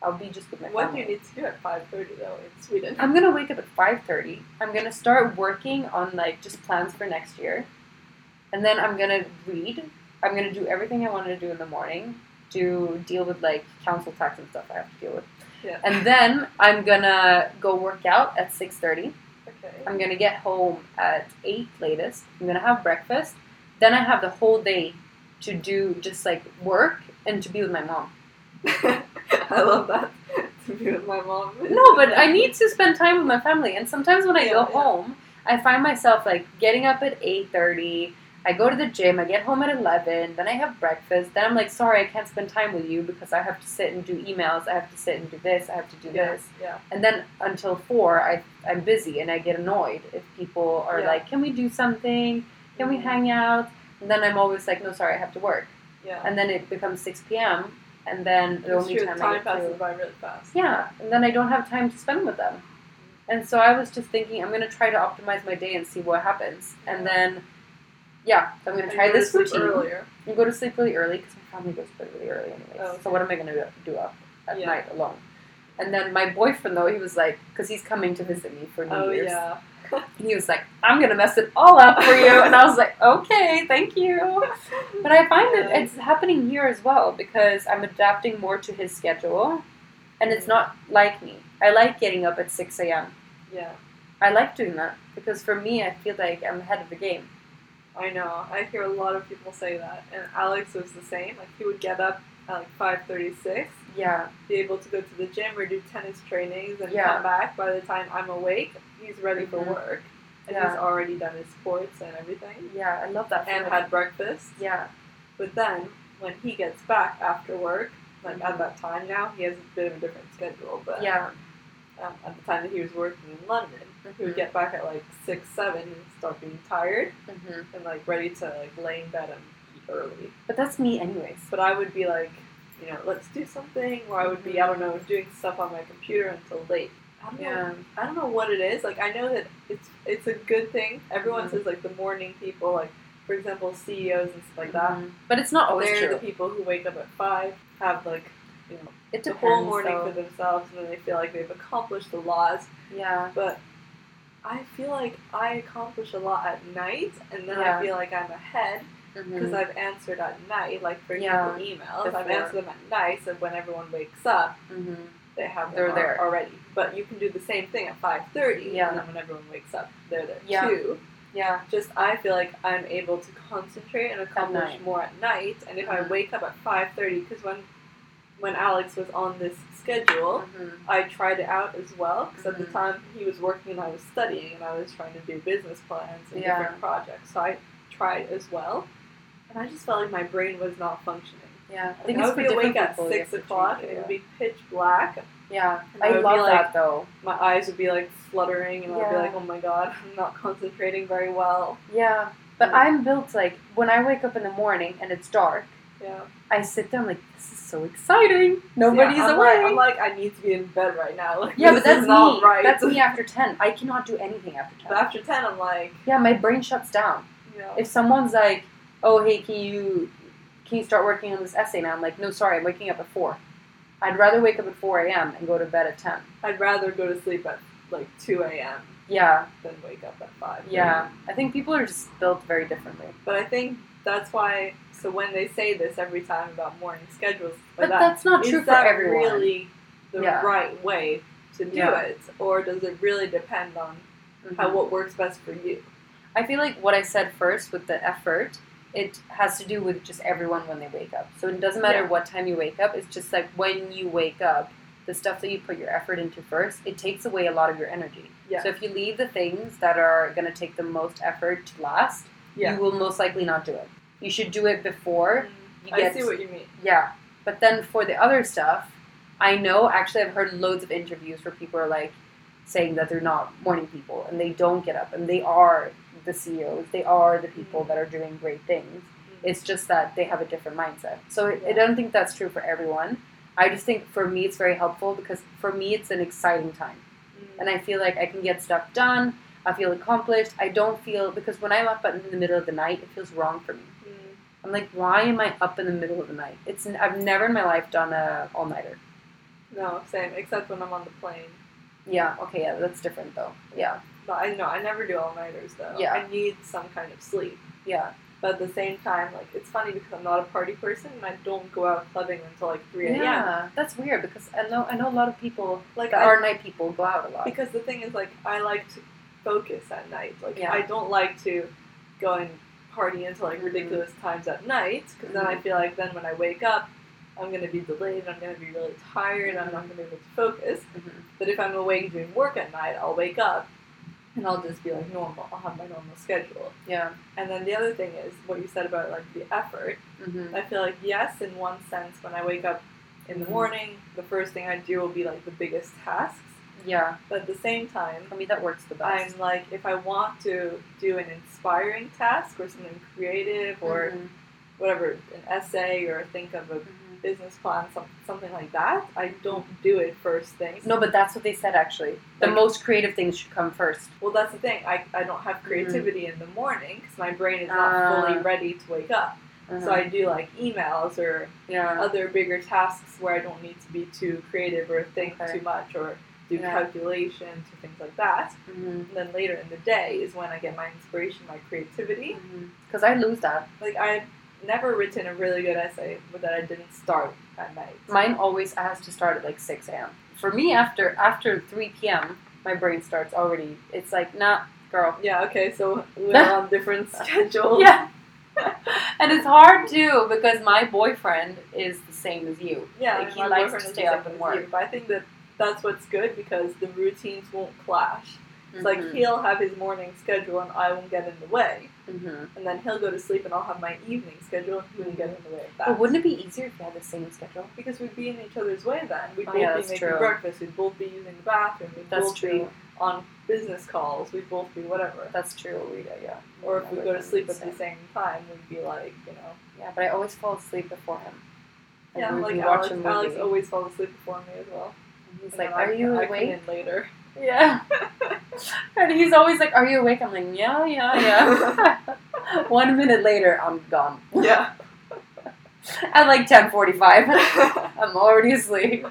Speaker 1: I'll be just with my
Speaker 2: What do
Speaker 1: family.
Speaker 2: you need to do at five thirty though in Sweden?
Speaker 1: I'm gonna wake up at five thirty. I'm gonna start working on like just plans for next year, and then I'm gonna read. I'm gonna do everything I wanted to do in the morning to deal with like council tax and stuff I have to deal with,
Speaker 2: Yeah.
Speaker 1: and then I'm gonna go work out at six thirty.
Speaker 2: Okay.
Speaker 1: I'm gonna get home at eight latest. I'm gonna have breakfast. Then I have the whole day to do just like work and to be with my mom.
Speaker 2: I love that to be with my mom.
Speaker 1: No, but I need to spend time with my family. And sometimes when I go
Speaker 2: Yeah, yeah.
Speaker 1: home, I find myself like getting up at eight thirty. I go to the gym. I get home at eleven. Then I have breakfast. Then I'm like, sorry, I can't spend time with you because I have to sit and do emails. I have to sit and do this. I have to do
Speaker 2: Yeah.
Speaker 1: this.
Speaker 2: Yeah.
Speaker 1: And then until four, I I'm busy and I get annoyed if people are
Speaker 2: Yeah.
Speaker 1: like, can we do something? Can we
Speaker 2: Mhm.
Speaker 1: hang out? And then I'm always like, no, sorry, I have to work.
Speaker 2: Yeah.
Speaker 1: And then it becomes six p.m. And then the
Speaker 2: It's
Speaker 1: only
Speaker 2: true,
Speaker 1: time, I
Speaker 2: time
Speaker 1: get to,
Speaker 2: passes by really fast.
Speaker 1: yeah, and then I don't have time to spend with them. And so I was just thinking, I'm gonna try to optimize my day and see what happens. And then, yeah, so I'm gonna
Speaker 2: And
Speaker 1: try
Speaker 2: you were
Speaker 1: this
Speaker 2: asleep
Speaker 1: routine
Speaker 2: earlier.
Speaker 1: and go to sleep really early because my family goes to bed really early anyways.
Speaker 2: Oh,
Speaker 1: So what am I gonna do- do up at
Speaker 2: Yeah.
Speaker 1: night alone? And then my boyfriend though, he was like, because he's coming to visit me for New
Speaker 2: Oh
Speaker 1: Year's,
Speaker 2: yeah.
Speaker 1: and he was like, I'm gonna mess it all up for you. and I was like, okay, thank you. But I find that
Speaker 2: Yeah.
Speaker 1: it's happening here as well because I'm adapting more to his schedule, and it's not like me. I like getting up at 6 a.m.
Speaker 2: Yeah.
Speaker 1: I like doing that because for me, I feel like I'm ahead of the game.
Speaker 2: I know. I hear a lot of people say that, and Alex was the same. Like he would get up at like five thirty-six,
Speaker 1: Yeah,
Speaker 2: be able to go to the gym or do tennis trainings, and
Speaker 1: Yeah.
Speaker 2: come back. By the time I'm awake, he's ready for
Speaker 1: Mhm.
Speaker 2: work, and
Speaker 1: Yeah.
Speaker 2: he's already done his sports and everything,
Speaker 1: yeah, I love that.
Speaker 2: and
Speaker 1: feeling.
Speaker 2: had breakfast.
Speaker 1: yeah,
Speaker 2: But then when he gets back after work, like
Speaker 1: Mhm.
Speaker 2: at that time now, he has a bit of a different schedule. But
Speaker 1: yeah,
Speaker 2: um, at the time that he was working in London, he
Speaker 1: hmm
Speaker 2: would get back at like six, seven, and start being tired
Speaker 1: hmm
Speaker 2: and like ready to like lay in bed and eat early.
Speaker 1: but that's me, anyways.
Speaker 2: But I would be like, you know, let's do something, or I would be, I don't know, doing stuff on my computer until late. I don't know.
Speaker 1: Yeah,
Speaker 2: I don't know what it is. Like I know that it's it's a good thing. Everyone
Speaker 1: Mhm.
Speaker 2: says like the morning people, like for example, CEOs and stuff like that.
Speaker 1: Mhm. but it's not always
Speaker 2: They're
Speaker 1: true.
Speaker 2: the people who wake up at five, have like you know
Speaker 1: it
Speaker 2: the
Speaker 1: depends.
Speaker 2: whole morning
Speaker 1: though.
Speaker 2: for themselves, and then they feel like they've accomplished a lot.
Speaker 1: yeah,
Speaker 2: But I feel like I accomplish a lot at night, and then
Speaker 1: Yeah.
Speaker 2: I feel like I'm ahead because
Speaker 1: hmm
Speaker 2: I've answered at night. Like for
Speaker 1: Yeah.
Speaker 2: example, emails, I've
Speaker 1: Before.
Speaker 2: answered them at night, so when everyone wakes up,
Speaker 1: hmm
Speaker 2: they have them
Speaker 1: They're
Speaker 2: al-
Speaker 1: there.
Speaker 2: already. But you can do the same thing at five thirty,
Speaker 1: Yeah.
Speaker 2: and then when everyone wakes up, they're there
Speaker 1: Yeah.
Speaker 2: too.
Speaker 1: yeah,
Speaker 2: Just I feel like I'm able to concentrate and accomplish
Speaker 1: night.
Speaker 2: more at night, and if
Speaker 1: Mhm.
Speaker 2: I wake up at five thirty, because when when Alex was on this schedule,
Speaker 1: hmm
Speaker 2: I tried it out as well because at
Speaker 1: Mhm.
Speaker 2: the time he was working and I was studying and I was trying to do business plans and
Speaker 1: Yeah.
Speaker 2: different projects. So I tried as well, and I just felt like my brain was not functioning.
Speaker 1: yeah. I
Speaker 2: Like,
Speaker 1: think
Speaker 2: I
Speaker 1: it's
Speaker 2: would
Speaker 1: for
Speaker 2: be awake
Speaker 1: different
Speaker 2: at
Speaker 1: people, you have
Speaker 2: six
Speaker 1: to
Speaker 2: o'clock
Speaker 1: change
Speaker 2: and
Speaker 1: it,
Speaker 2: it would be pitch black.
Speaker 1: Yeah,
Speaker 2: And
Speaker 1: I
Speaker 2: I would be
Speaker 1: love
Speaker 2: like-
Speaker 1: that though.
Speaker 2: My eyes would be like fluttering, and I'd be
Speaker 1: Yeah.
Speaker 2: like, "Oh my god, I'm not concentrating very well."
Speaker 1: Yeah, but
Speaker 2: Mm.
Speaker 1: I'm built like when I wake up in the morning and it's dark,
Speaker 2: Yeah,
Speaker 1: I sit there. I'm like, this is so exciting. Nobody's
Speaker 2: yeah, I'm
Speaker 1: awake.
Speaker 2: Like, I'm like, I need to be in bed right now. Like,
Speaker 1: yeah,
Speaker 2: this
Speaker 1: but that's
Speaker 2: is not
Speaker 1: me.
Speaker 2: right.
Speaker 1: That's me after ten. I cannot do anything after ten.
Speaker 2: But after ten, I'm like,
Speaker 1: yeah, my brain shuts down.
Speaker 2: you know,
Speaker 1: If someone's like, oh hey, can you can you start working on this essay now? I'm like, no, sorry, I'm waking up at four. I'd rather wake up at four a.m. and go to bed at ten.
Speaker 2: I'd rather go to sleep at like two a.m.
Speaker 1: Yeah,
Speaker 2: than wake up at five.
Speaker 1: yeah. I think people are just built very differently.
Speaker 2: But I think that's why. So when they say this every time about morning schedules,
Speaker 1: But
Speaker 2: like that,
Speaker 1: that's not
Speaker 2: is
Speaker 1: true for
Speaker 2: that
Speaker 1: everyone.
Speaker 2: really the
Speaker 1: Yeah.
Speaker 2: right way to do
Speaker 1: Yeah.
Speaker 2: it, or does it really depend on
Speaker 1: Mhm.
Speaker 2: how what works best for you?
Speaker 1: I feel like what I said first with the effort, it has to do with just everyone when they wake up. So it doesn't matter
Speaker 2: Yeah.
Speaker 1: what time you wake up, it's just like when you wake up, the stuff that you put your effort into first, it takes away a lot of your energy.
Speaker 2: Yeah.
Speaker 1: So if you leave the things that are going to take the most effort to last, you will most likely not do it. You should do it before you
Speaker 2: I
Speaker 1: get
Speaker 2: see what you mean.
Speaker 1: yeah, But then for the other stuff, I know actually I've heard loads of interviews where people are like saying that they're not morning people and they don't get up and they are the CEOs, they are the people that are doing great things. It's just that they have a different mindset. So I- I don't think that's true for everyone. I just think for me it's very helpful because for me it's an exciting time and I feel like I can get stuff done. I feel accomplished. I don't feel because when I'm up in the middle of the night, it feels wrong for me.
Speaker 2: Mm.
Speaker 1: I'm like, why am I up in the middle of the night? It's I've never in my life done a all nighter.
Speaker 2: No, same. Except when I'm on the plane.
Speaker 1: Yeah. Okay. Yeah, that's different though. Yeah.
Speaker 2: But I know I never do all nighters though.
Speaker 1: Yeah.
Speaker 2: I need some kind of sleep.
Speaker 1: Yeah.
Speaker 2: But at the same time, like it's funny because I'm not a party person and I don't go out clubbing until like three
Speaker 1: Yeah.
Speaker 2: a.m.
Speaker 1: That's weird because I know I know a lot of people
Speaker 2: Like
Speaker 1: that
Speaker 2: I,
Speaker 1: are night people go out a lot.
Speaker 2: because the thing is like I like to focus at night. Like
Speaker 1: Yeah. Mm-hmm.
Speaker 2: I don't like to go and party until like ridiculous times at night because then I feel like then when I wake up. I'm gonna be delayed. I'm gonna be really tired.
Speaker 1: Mm-hmm.
Speaker 2: I'm not gonna be able to focus.
Speaker 1: Mhm.
Speaker 2: But if I'm awake doing work at night, I'll wake up and I'll just be like normal. I'll have my normal schedule.
Speaker 1: Yeah.
Speaker 2: And then the other thing is what you said about like the effort.
Speaker 1: hmm
Speaker 2: I feel like yes, in one sense, when I wake up in the
Speaker 1: Mhm.
Speaker 2: morning, the first thing I do will be like the biggest tasks.
Speaker 1: Yeah.
Speaker 2: But at the same time,
Speaker 1: For me, that works the best.
Speaker 2: I'm like if I want to do an inspiring task or something creative or
Speaker 1: Mhm.
Speaker 2: whatever, an essay or think of a
Speaker 1: Mhm.
Speaker 2: business plan, some, something like that, I don't do it first thing.
Speaker 1: No, but that's what they said actually. The
Speaker 2: Like-
Speaker 1: most creative things should come first.
Speaker 2: Well, that's the thing. I, I don't have creativity in the morning because my brain is not fully
Speaker 1: Mm-hmm. Ah.
Speaker 2: ready to wake up. So
Speaker 1: Uh-huh.
Speaker 2: I do like emails or
Speaker 1: yeah.
Speaker 2: other bigger tasks where I don't need to be too creative or think
Speaker 1: Okay.
Speaker 2: too much or do
Speaker 1: Yeah.
Speaker 2: calculations or things like that.
Speaker 1: hmm
Speaker 2: And then later in the day is when I get my inspiration, my creativity.
Speaker 1: Because I lose that.
Speaker 2: Like I've never written a really good essay but that I didn't start at night.
Speaker 1: Mine always has to start at like 6 a.m. For me, after after 3 p.m., my brain starts already. It's like, nah, girl.
Speaker 2: yeah, okay, so we're on different schedules.
Speaker 1: Yeah. and it's hard too because my boyfriend is the same as you.
Speaker 2: Yeah,
Speaker 1: Like,
Speaker 2: and
Speaker 1: he
Speaker 2: my
Speaker 1: likes to
Speaker 2: boyfriend is
Speaker 1: stay
Speaker 2: the same
Speaker 1: up and
Speaker 2: as
Speaker 1: work.
Speaker 2: you, But I think that that's what's good because the routines won't clash. It's like
Speaker 1: Mhm.
Speaker 2: he'll have his morning schedule and I won't get in the way,
Speaker 1: Mhm.
Speaker 2: and then he'll go to sleep and I'll have my evening schedule and he won't get in the way of that.
Speaker 1: But wouldn't it be easier if you had the same schedule?
Speaker 2: because we'd be in each other's way then. We'd
Speaker 1: Oh,
Speaker 2: both
Speaker 1: yeah,
Speaker 2: be
Speaker 1: that's
Speaker 2: making
Speaker 1: true.
Speaker 2: breakfast, we'd both be using the bathroom, we'd
Speaker 1: That's
Speaker 2: both
Speaker 1: true.
Speaker 2: be on business calls, we'd both be whatever.
Speaker 1: That's true. We, yeah.
Speaker 2: Or if
Speaker 1: My
Speaker 2: we go to
Speaker 1: boyfriend is
Speaker 2: sleep
Speaker 1: the
Speaker 2: at the
Speaker 1: same.
Speaker 2: same time, we'd be like, you know.
Speaker 1: Yeah, but I always fall asleep before him. Like,
Speaker 2: Yeah,
Speaker 1: we-
Speaker 2: like
Speaker 1: we
Speaker 2: Alex,
Speaker 1: watch a movie.
Speaker 2: Alex always falls asleep before me as well.
Speaker 1: And He's
Speaker 2: And
Speaker 1: like,
Speaker 2: then I-
Speaker 1: "Are you
Speaker 2: I come
Speaker 1: awake?"
Speaker 2: in later.
Speaker 1: Yeah. and he's always like, Are you awake? I'm like, Yeah, yeah, yeah. One minute later, I'm gone.
Speaker 2: Yeah.
Speaker 1: At like 10.45, I'm already asleep.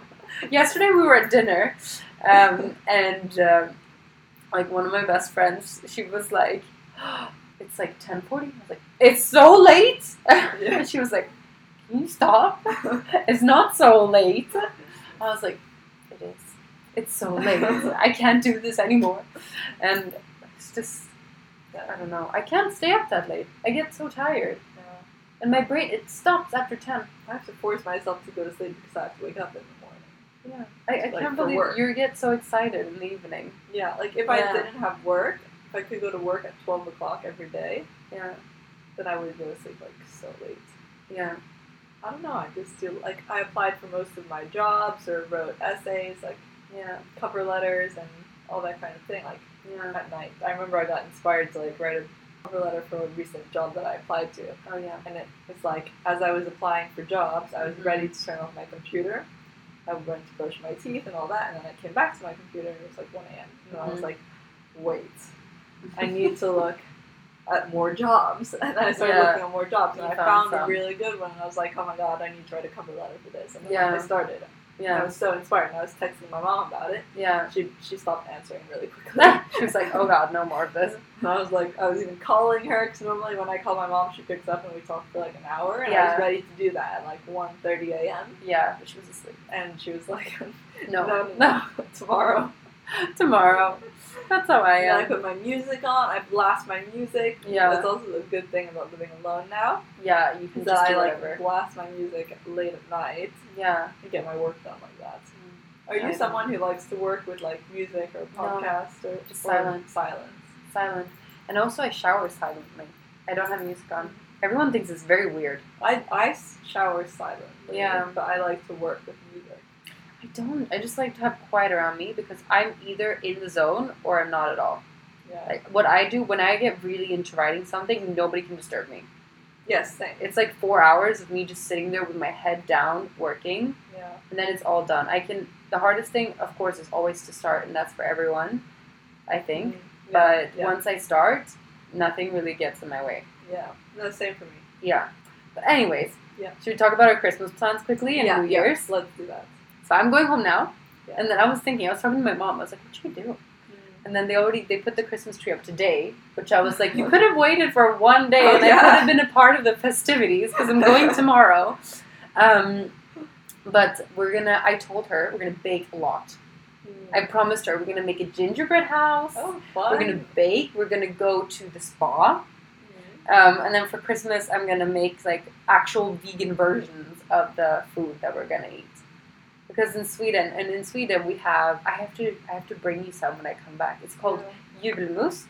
Speaker 1: Yesterday, we were at dinner, um, and um, like one of my best friends, she was like, It's like 10.40. I was like, It's so late.
Speaker 2: Yeah.
Speaker 1: and she was like, Can you stop? It's not so late. I was like, It is. It's so late. I can't do this anymore. And it's just, I don't know. I can't stay up that late. I get so tired.
Speaker 2: Yeah.
Speaker 1: And my brain, it stops after 10.
Speaker 2: I have to force myself to go to sleep because I have to wake up in the morning.
Speaker 1: Yeah. I, I
Speaker 2: Like
Speaker 1: can't
Speaker 2: for
Speaker 1: believe
Speaker 2: work.
Speaker 1: you get so excited in the evening.
Speaker 2: Yeah, like if
Speaker 1: Yeah.
Speaker 2: I didn't have work, if I could go to work at 12 o'clock every day,
Speaker 1: Yeah.
Speaker 2: then I would go to sleep like so late.
Speaker 1: Yeah.
Speaker 2: I don't know, I just do, like, I applied for most of my jobs or wrote essays, like
Speaker 1: Yeah.
Speaker 2: cover letters and all that kind of thing, like
Speaker 1: Yeah.
Speaker 2: at night. I remember I got inspired to like write a cover letter for a recent job that I applied to.
Speaker 1: Oh, yeah.
Speaker 2: And it was like, as I was applying for jobs, I was
Speaker 1: Mhm.
Speaker 2: ready to turn off my computer. I went to brush my teeth and all that, and then I came back to my computer and it was like 1 a.m. And I was
Speaker 1: Mhm.
Speaker 2: like, wait, I need to look at more jobs. And then I started
Speaker 1: Yeah.
Speaker 2: looking at more jobs, and
Speaker 1: You
Speaker 2: I
Speaker 1: found
Speaker 2: found,
Speaker 1: some.
Speaker 2: a really good one. And I was like, oh my god, I need to write a cover letter for this. And then
Speaker 1: Yeah.
Speaker 2: I started. And I
Speaker 1: Yeah.
Speaker 2: was so inspired, and I was texting my mom about it.
Speaker 1: Yeah.
Speaker 2: She, she stopped answering really quickly.
Speaker 1: she was like, Oh, God, no more of this.
Speaker 2: And I was like, I was even calling her because normally when I call my mom, she picks up and we talk for like an hour. And I
Speaker 1: Yeah.
Speaker 2: was ready to do that at like 1.30 a.m.
Speaker 1: Yeah. But she was asleep.
Speaker 2: And she was like,
Speaker 1: No.
Speaker 2: no,
Speaker 1: No.
Speaker 2: tomorrow.
Speaker 1: Tomorrow. That's how I
Speaker 2: And then I
Speaker 1: am.
Speaker 2: put my music on. I blast my music.
Speaker 1: Yeah.
Speaker 2: That's also the good thing about living alone now.
Speaker 1: Yeah. You can
Speaker 2: Is
Speaker 1: just
Speaker 2: that
Speaker 1: do
Speaker 2: I like
Speaker 1: whatever.
Speaker 2: blast my music late at night
Speaker 1: Yeah.
Speaker 2: and get my work done like that. Are
Speaker 1: I
Speaker 2: you
Speaker 1: know.
Speaker 2: someone who likes to work with like music or podcast or
Speaker 1: just
Speaker 2: or
Speaker 1: silence.
Speaker 2: Silence.
Speaker 1: silent. And also, I shower silently. I don't have music on. Everyone thinks it's very weird.
Speaker 2: I, I s- shower silently.
Speaker 1: Yeah.
Speaker 2: But I like to work with music.
Speaker 1: I don't. I just like to have quiet around me because I'm either in the zone or I'm not at all.
Speaker 2: Yeah.
Speaker 1: Like, what I do when I get really into writing something, nobody can disturb me.
Speaker 2: Yes, same.
Speaker 1: It's like four hours of me just sitting there with my head down working,
Speaker 2: Yeah.
Speaker 1: and then it's all done. I can. The hardest thing, of course, is always to start, and that's for everyone, I think.
Speaker 2: Mm, yeah,
Speaker 1: But
Speaker 2: yeah,
Speaker 1: once I start, nothing really gets in my way.
Speaker 2: yeah. No, same for me.
Speaker 1: Yeah. But anyways,
Speaker 2: Yeah.
Speaker 1: should we talk about our Christmas plans quickly and
Speaker 2: yeah,
Speaker 1: New
Speaker 2: yeah,
Speaker 1: Year's?
Speaker 2: Let's do that.
Speaker 1: So I'm going home now.
Speaker 2: Yeah.
Speaker 1: And then I was thinking, I was talking to my mom. I was like, what should we
Speaker 2: Mm.
Speaker 1: do? And then they already they put the Christmas tree up today, which I was like, you could have waited for one day,
Speaker 2: Oh,
Speaker 1: and I
Speaker 2: yeah.
Speaker 1: could have been a part of the festivities because I'm going tomorrow. Um, but we're gonna. I told her we're gonna bake a lot.
Speaker 2: Mm.
Speaker 1: I promised her we're gonna make a gingerbread house.
Speaker 2: oh, fun.
Speaker 1: We're gonna bake. We're gonna go to the spa.
Speaker 2: Mm.
Speaker 1: Um, and then for Christmas, I'm gonna make like actual vegan versions of the food that we're gonna eat. Because in Sweden, and in Sweden we have, I have to, I have to bring you some when I come back. It's called julmust,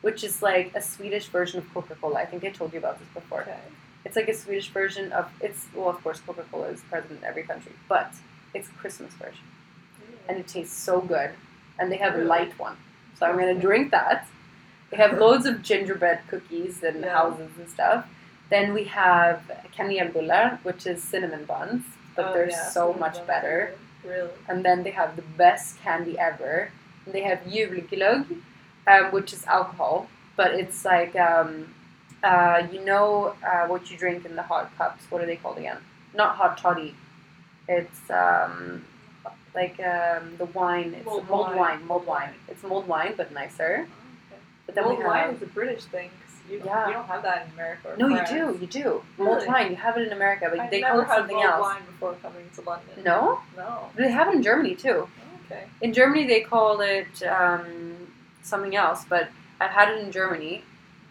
Speaker 1: which is like a Swedish version of Coca-Cola. I think I told you about this before.
Speaker 2: Okay.
Speaker 1: It's like a Swedish version of, it's well, of course, Coca-Cola is present in every country, but it's a Christmas version, and it tastes so good. And they have a
Speaker 2: Really?
Speaker 1: light one, so I'm gonna drink that. They have loads of gingerbread cookies and
Speaker 2: Yeah.
Speaker 1: houses and stuff. Then we have kanelbullar, which is cinnamon buns, but
Speaker 2: Oh,
Speaker 1: they're
Speaker 2: yeah,
Speaker 1: so
Speaker 2: cinnamon
Speaker 1: much
Speaker 2: buns are
Speaker 1: better.
Speaker 2: good. Really.
Speaker 1: And then they have the best candy ever. And they have julglögg, um, which is alcohol, but it's like um, uh, you know uh, what you drink in the hot cups. What are they called again? Not hot toddy. It's um, like um, the wine. It's
Speaker 2: Mulled
Speaker 1: mulled
Speaker 2: wine.
Speaker 1: wine. Mulled wine. It's mulled wine, but nicer. But then
Speaker 2: Mulled
Speaker 1: we have,
Speaker 2: wine is a British thing. 'cause you,
Speaker 1: Yeah.
Speaker 2: you don't have that in America. or
Speaker 1: No, you
Speaker 2: France.
Speaker 1: do. You do. Mulled
Speaker 2: Really?
Speaker 1: wine. You have it in America, but
Speaker 2: I've
Speaker 1: they
Speaker 2: never
Speaker 1: call it
Speaker 2: had
Speaker 1: something
Speaker 2: mulled
Speaker 1: else.
Speaker 2: wine before coming to London.
Speaker 1: No,
Speaker 2: No.
Speaker 1: they have it in Germany too.
Speaker 2: Okay.
Speaker 1: In Germany, they call it um, something else, but I've had it in Germany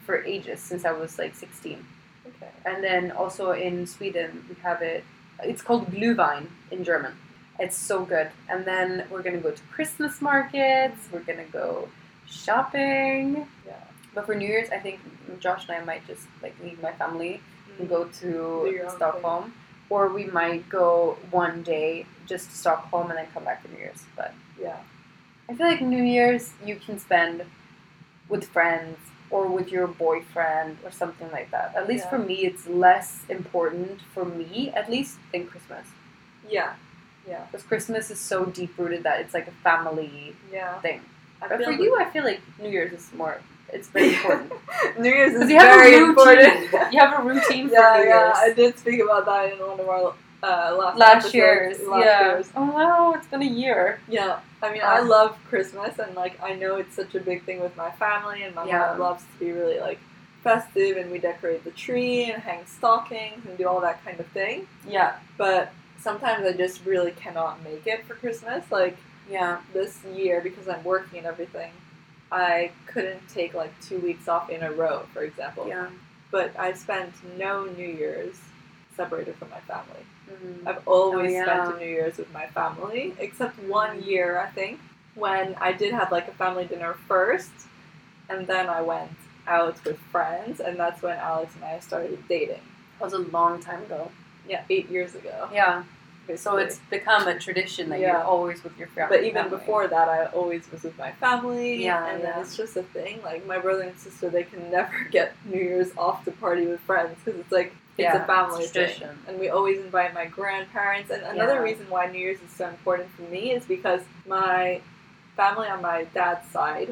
Speaker 1: for ages since I was like 16.
Speaker 2: Okay.
Speaker 1: And then also in Sweden, we have it. It's called Glühwein in German. It's so good. And then we're gonna go to Christmas markets. We're gonna go shopping.
Speaker 2: Yeah.
Speaker 1: But for New Year's, I think Josh and I might just like leave my family and go
Speaker 2: your
Speaker 1: to
Speaker 2: own
Speaker 1: Stockholm, or we might go one day just to Stockholm and then come back for New Year's. But
Speaker 2: Yeah.
Speaker 1: I feel like New Year's you can spend with friends or with your boyfriend or something like that. At least
Speaker 2: Yeah.
Speaker 1: for me, it's less important for me, at least, than Christmas.
Speaker 2: Yeah. Yeah.
Speaker 1: Because Christmas is so deep rooted that it's like a family
Speaker 2: Yeah.
Speaker 1: thing.
Speaker 2: I
Speaker 1: But
Speaker 2: feel
Speaker 1: for
Speaker 2: like-
Speaker 1: you, I feel like New Year's is more. It's very important.
Speaker 2: New Year's
Speaker 1: 'Cause
Speaker 2: is
Speaker 1: you have a
Speaker 2: very
Speaker 1: routine.
Speaker 2: important.
Speaker 1: you have a routine for
Speaker 2: yeah,
Speaker 1: New
Speaker 2: yeah.
Speaker 1: Year's.
Speaker 2: I did speak about that in one of our uh, last
Speaker 1: last
Speaker 2: episodes,
Speaker 1: year's.
Speaker 2: last
Speaker 1: yeah.
Speaker 2: year's.
Speaker 1: Oh wow, it's been a year.
Speaker 2: Yeah. I mean, I
Speaker 1: Um,
Speaker 2: love Christmas, and like I know it's such a big thing with my family, and my
Speaker 1: Yeah.
Speaker 2: mom loves to be really like festive, and we decorate the tree and hang stockings and do all that kind of thing.
Speaker 1: Yeah.
Speaker 2: But sometimes I just really cannot make it for Christmas. Like
Speaker 1: Yeah.
Speaker 2: this year, because I'm working and everything, I couldn't take like two weeks off in a row, for example.
Speaker 1: Yeah.
Speaker 2: but I spent no New Year's separated from my family.
Speaker 1: Mm.
Speaker 2: I've always
Speaker 1: Oh, yeah.
Speaker 2: spent a New Year's with my family, except one year, I think, when I did have like a family dinner first, and then I went out with friends, and that's when Alex and I started dating.
Speaker 1: That was a long time ago.
Speaker 2: Yeah, eight years ago.
Speaker 1: Yeah. So
Speaker 2: basically.
Speaker 1: it's become a tradition that you're
Speaker 2: Yeah.
Speaker 1: always with your family.
Speaker 2: But even before that, I always was with my family.
Speaker 1: Yeah,
Speaker 2: and
Speaker 1: yeah.
Speaker 2: then it's just a thing. Like my brother and sister, they can never get New Year's off to party with friends because it's like it's
Speaker 1: Yeah,
Speaker 2: a family
Speaker 1: it's
Speaker 2: thing.
Speaker 1: tradition.
Speaker 2: And we always invite my grandparents. And another
Speaker 1: Yeah.
Speaker 2: reason why New Year's is so important for me is because my family on my dad's side,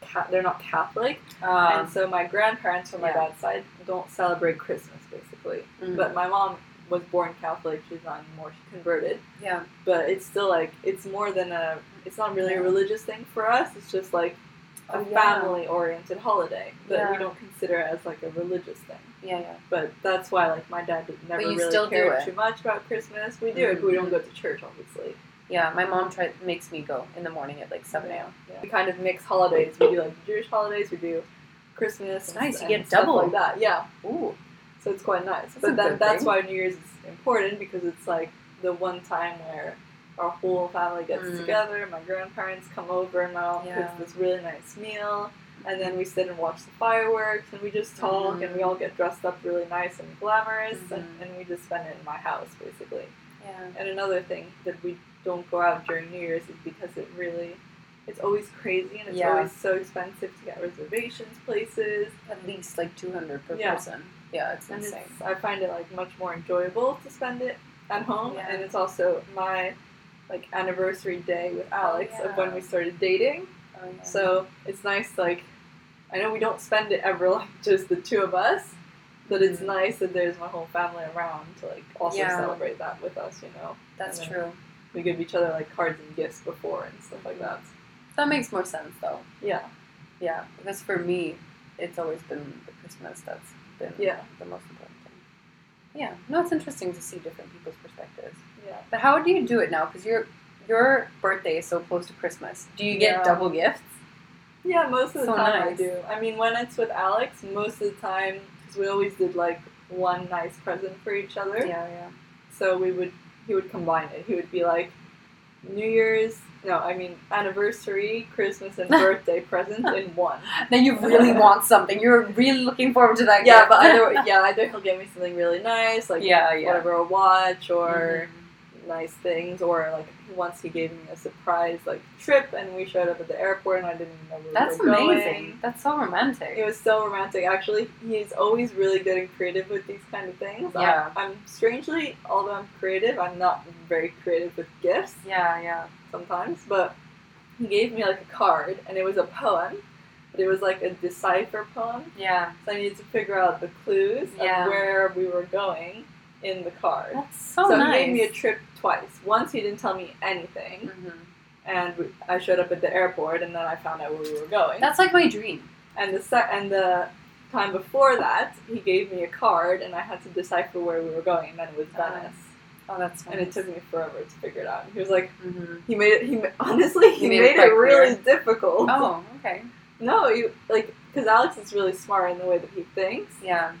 Speaker 2: ca- they're not Catholic, and
Speaker 1: Mm-hmm. Um,
Speaker 2: so my grandparents from my
Speaker 1: yeah.
Speaker 2: dad's side don't celebrate Christmas basically.
Speaker 1: mm.
Speaker 2: But my mom was born Catholic. She's not anymore. She converted
Speaker 1: yeah.
Speaker 2: but it's still like it's more than a it's not really a
Speaker 1: Yeah.
Speaker 2: religious thing for us it's just like a
Speaker 1: Oh, yeah.
Speaker 2: family oriented holiday but
Speaker 1: Yeah.
Speaker 2: we don't consider it as like a religious thing
Speaker 1: Yeah. Yeah.
Speaker 2: but that's why like my dad did never
Speaker 1: you
Speaker 2: really
Speaker 1: still do
Speaker 2: cared
Speaker 1: it. Mm-hmm.
Speaker 2: too much about christmas we do it but we don't go to church obviously
Speaker 1: Yeah. My mom tries makes me go in the morning at like seven
Speaker 2: Yeah.
Speaker 1: a.m.
Speaker 2: Yeah. we kind of mix holidays we do like jewish holidays we do christmas
Speaker 1: It's nice, you
Speaker 2: and
Speaker 1: get
Speaker 2: stuff
Speaker 1: double.
Speaker 2: like that yeah
Speaker 1: Ooh.
Speaker 2: so it's quite nice
Speaker 1: That's a
Speaker 2: but then
Speaker 1: good
Speaker 2: that's
Speaker 1: thing.
Speaker 2: why new year's is important because it's like the one time where our whole family gets
Speaker 1: Mm.
Speaker 2: together my grandparents come over and my mom
Speaker 1: Yeah.
Speaker 2: cooks this really nice meal and then we sit and watch the fireworks and we just talk and
Speaker 1: Mm-hmm.
Speaker 2: we all get dressed up really nice and glamorous
Speaker 1: Mhm.
Speaker 2: and, and we just spend it in my house basically
Speaker 1: Yeah.
Speaker 2: and another thing that we don't go out during new year's is because it really it's always crazy and it's
Speaker 1: Yeah.
Speaker 2: always so expensive to get reservations places
Speaker 1: At least like 200 per
Speaker 2: Yeah.
Speaker 1: person. Yeah, it's
Speaker 2: and
Speaker 1: insane.
Speaker 2: it's, I find it like much more enjoyable to spend it at home,
Speaker 1: Yeah.
Speaker 2: and it's also my like anniversary day with Alex of
Speaker 1: Oh,
Speaker 2: when
Speaker 1: yeah.
Speaker 2: we started dating.
Speaker 1: Oh, yeah.
Speaker 2: So it's nice. Like I know we don't spend it ever like just the two of us, but it's
Speaker 1: Mhm.
Speaker 2: nice that there's my whole family around to like also
Speaker 1: Yeah.
Speaker 2: celebrate that with us. You know,
Speaker 1: that's
Speaker 2: and then-
Speaker 1: true.
Speaker 2: we give each other like cards and gifts before and stuff like that.
Speaker 1: That makes more sense though.
Speaker 2: Yeah,
Speaker 1: Yeah, because for me, it's always been the Christmas that's been
Speaker 2: Yeah.
Speaker 1: the most important thing. Yeah, no, it's interesting to see different people's perspectives.
Speaker 2: yeah.
Speaker 1: But how do you do it now? Because your your birthday is so close to Christmas. Do you get
Speaker 2: Yeah.
Speaker 1: double gifts?
Speaker 2: Yeah, most of the
Speaker 1: So
Speaker 2: time I
Speaker 1: nice.
Speaker 2: do. I mean, when it's with Alex, most of the time, because we always did like one nice present for each other.
Speaker 1: yeah.
Speaker 2: So we would, he would combine it. He would be like, New Year's, no, I mean, anniversary, Christmas, and birthday present in one.
Speaker 1: Then you really want something. You're really looking forward to that.
Speaker 2: Yeah,
Speaker 1: gift.
Speaker 2: but either, yeah, either he'll get me something really nice, like
Speaker 1: yeah, yeah. Mm-hmm.
Speaker 2: whatever, a watch or nice things, or like once he gave me a surprise like trip, and we showed up at the airport, and I didn't even know we
Speaker 1: That's
Speaker 2: were going.
Speaker 1: amazing. That's so romantic.
Speaker 2: It was so romantic. Actually, he's always really good and creative with these kind of things.
Speaker 1: Yeah.
Speaker 2: I, am strangely, although I'm creative, I'm not very creative with gifts
Speaker 1: yeah, yeah.
Speaker 2: sometimes. But he gave me like a card, and it was a poem, but it was like a decipher poem.
Speaker 1: Yeah.
Speaker 2: So I needed to figure out the clues
Speaker 1: Yeah.
Speaker 2: of where we were going in the card.
Speaker 1: That's so,
Speaker 2: so
Speaker 1: Oh, nice.
Speaker 2: he gave me a trip twice. Once he didn't tell me anything,
Speaker 1: Mhm.
Speaker 2: and we, I showed up at the airport, and then I found out where we were going.
Speaker 1: That's like my dream.
Speaker 2: And the se- and the time before that, he gave me a card, and I had to decipher where we were going, and then it was Venice,
Speaker 1: Oh, that's nice.
Speaker 2: and it took me forever to figure it out. And he was like,
Speaker 1: Mhm.
Speaker 2: he made it. He ma- honestly, he,
Speaker 1: He made
Speaker 2: made,
Speaker 1: it
Speaker 2: it,
Speaker 1: quite
Speaker 2: really difficult.
Speaker 1: Oh, okay.
Speaker 2: No, you like because Alex is really smart in the way that he thinks,
Speaker 1: Yeah.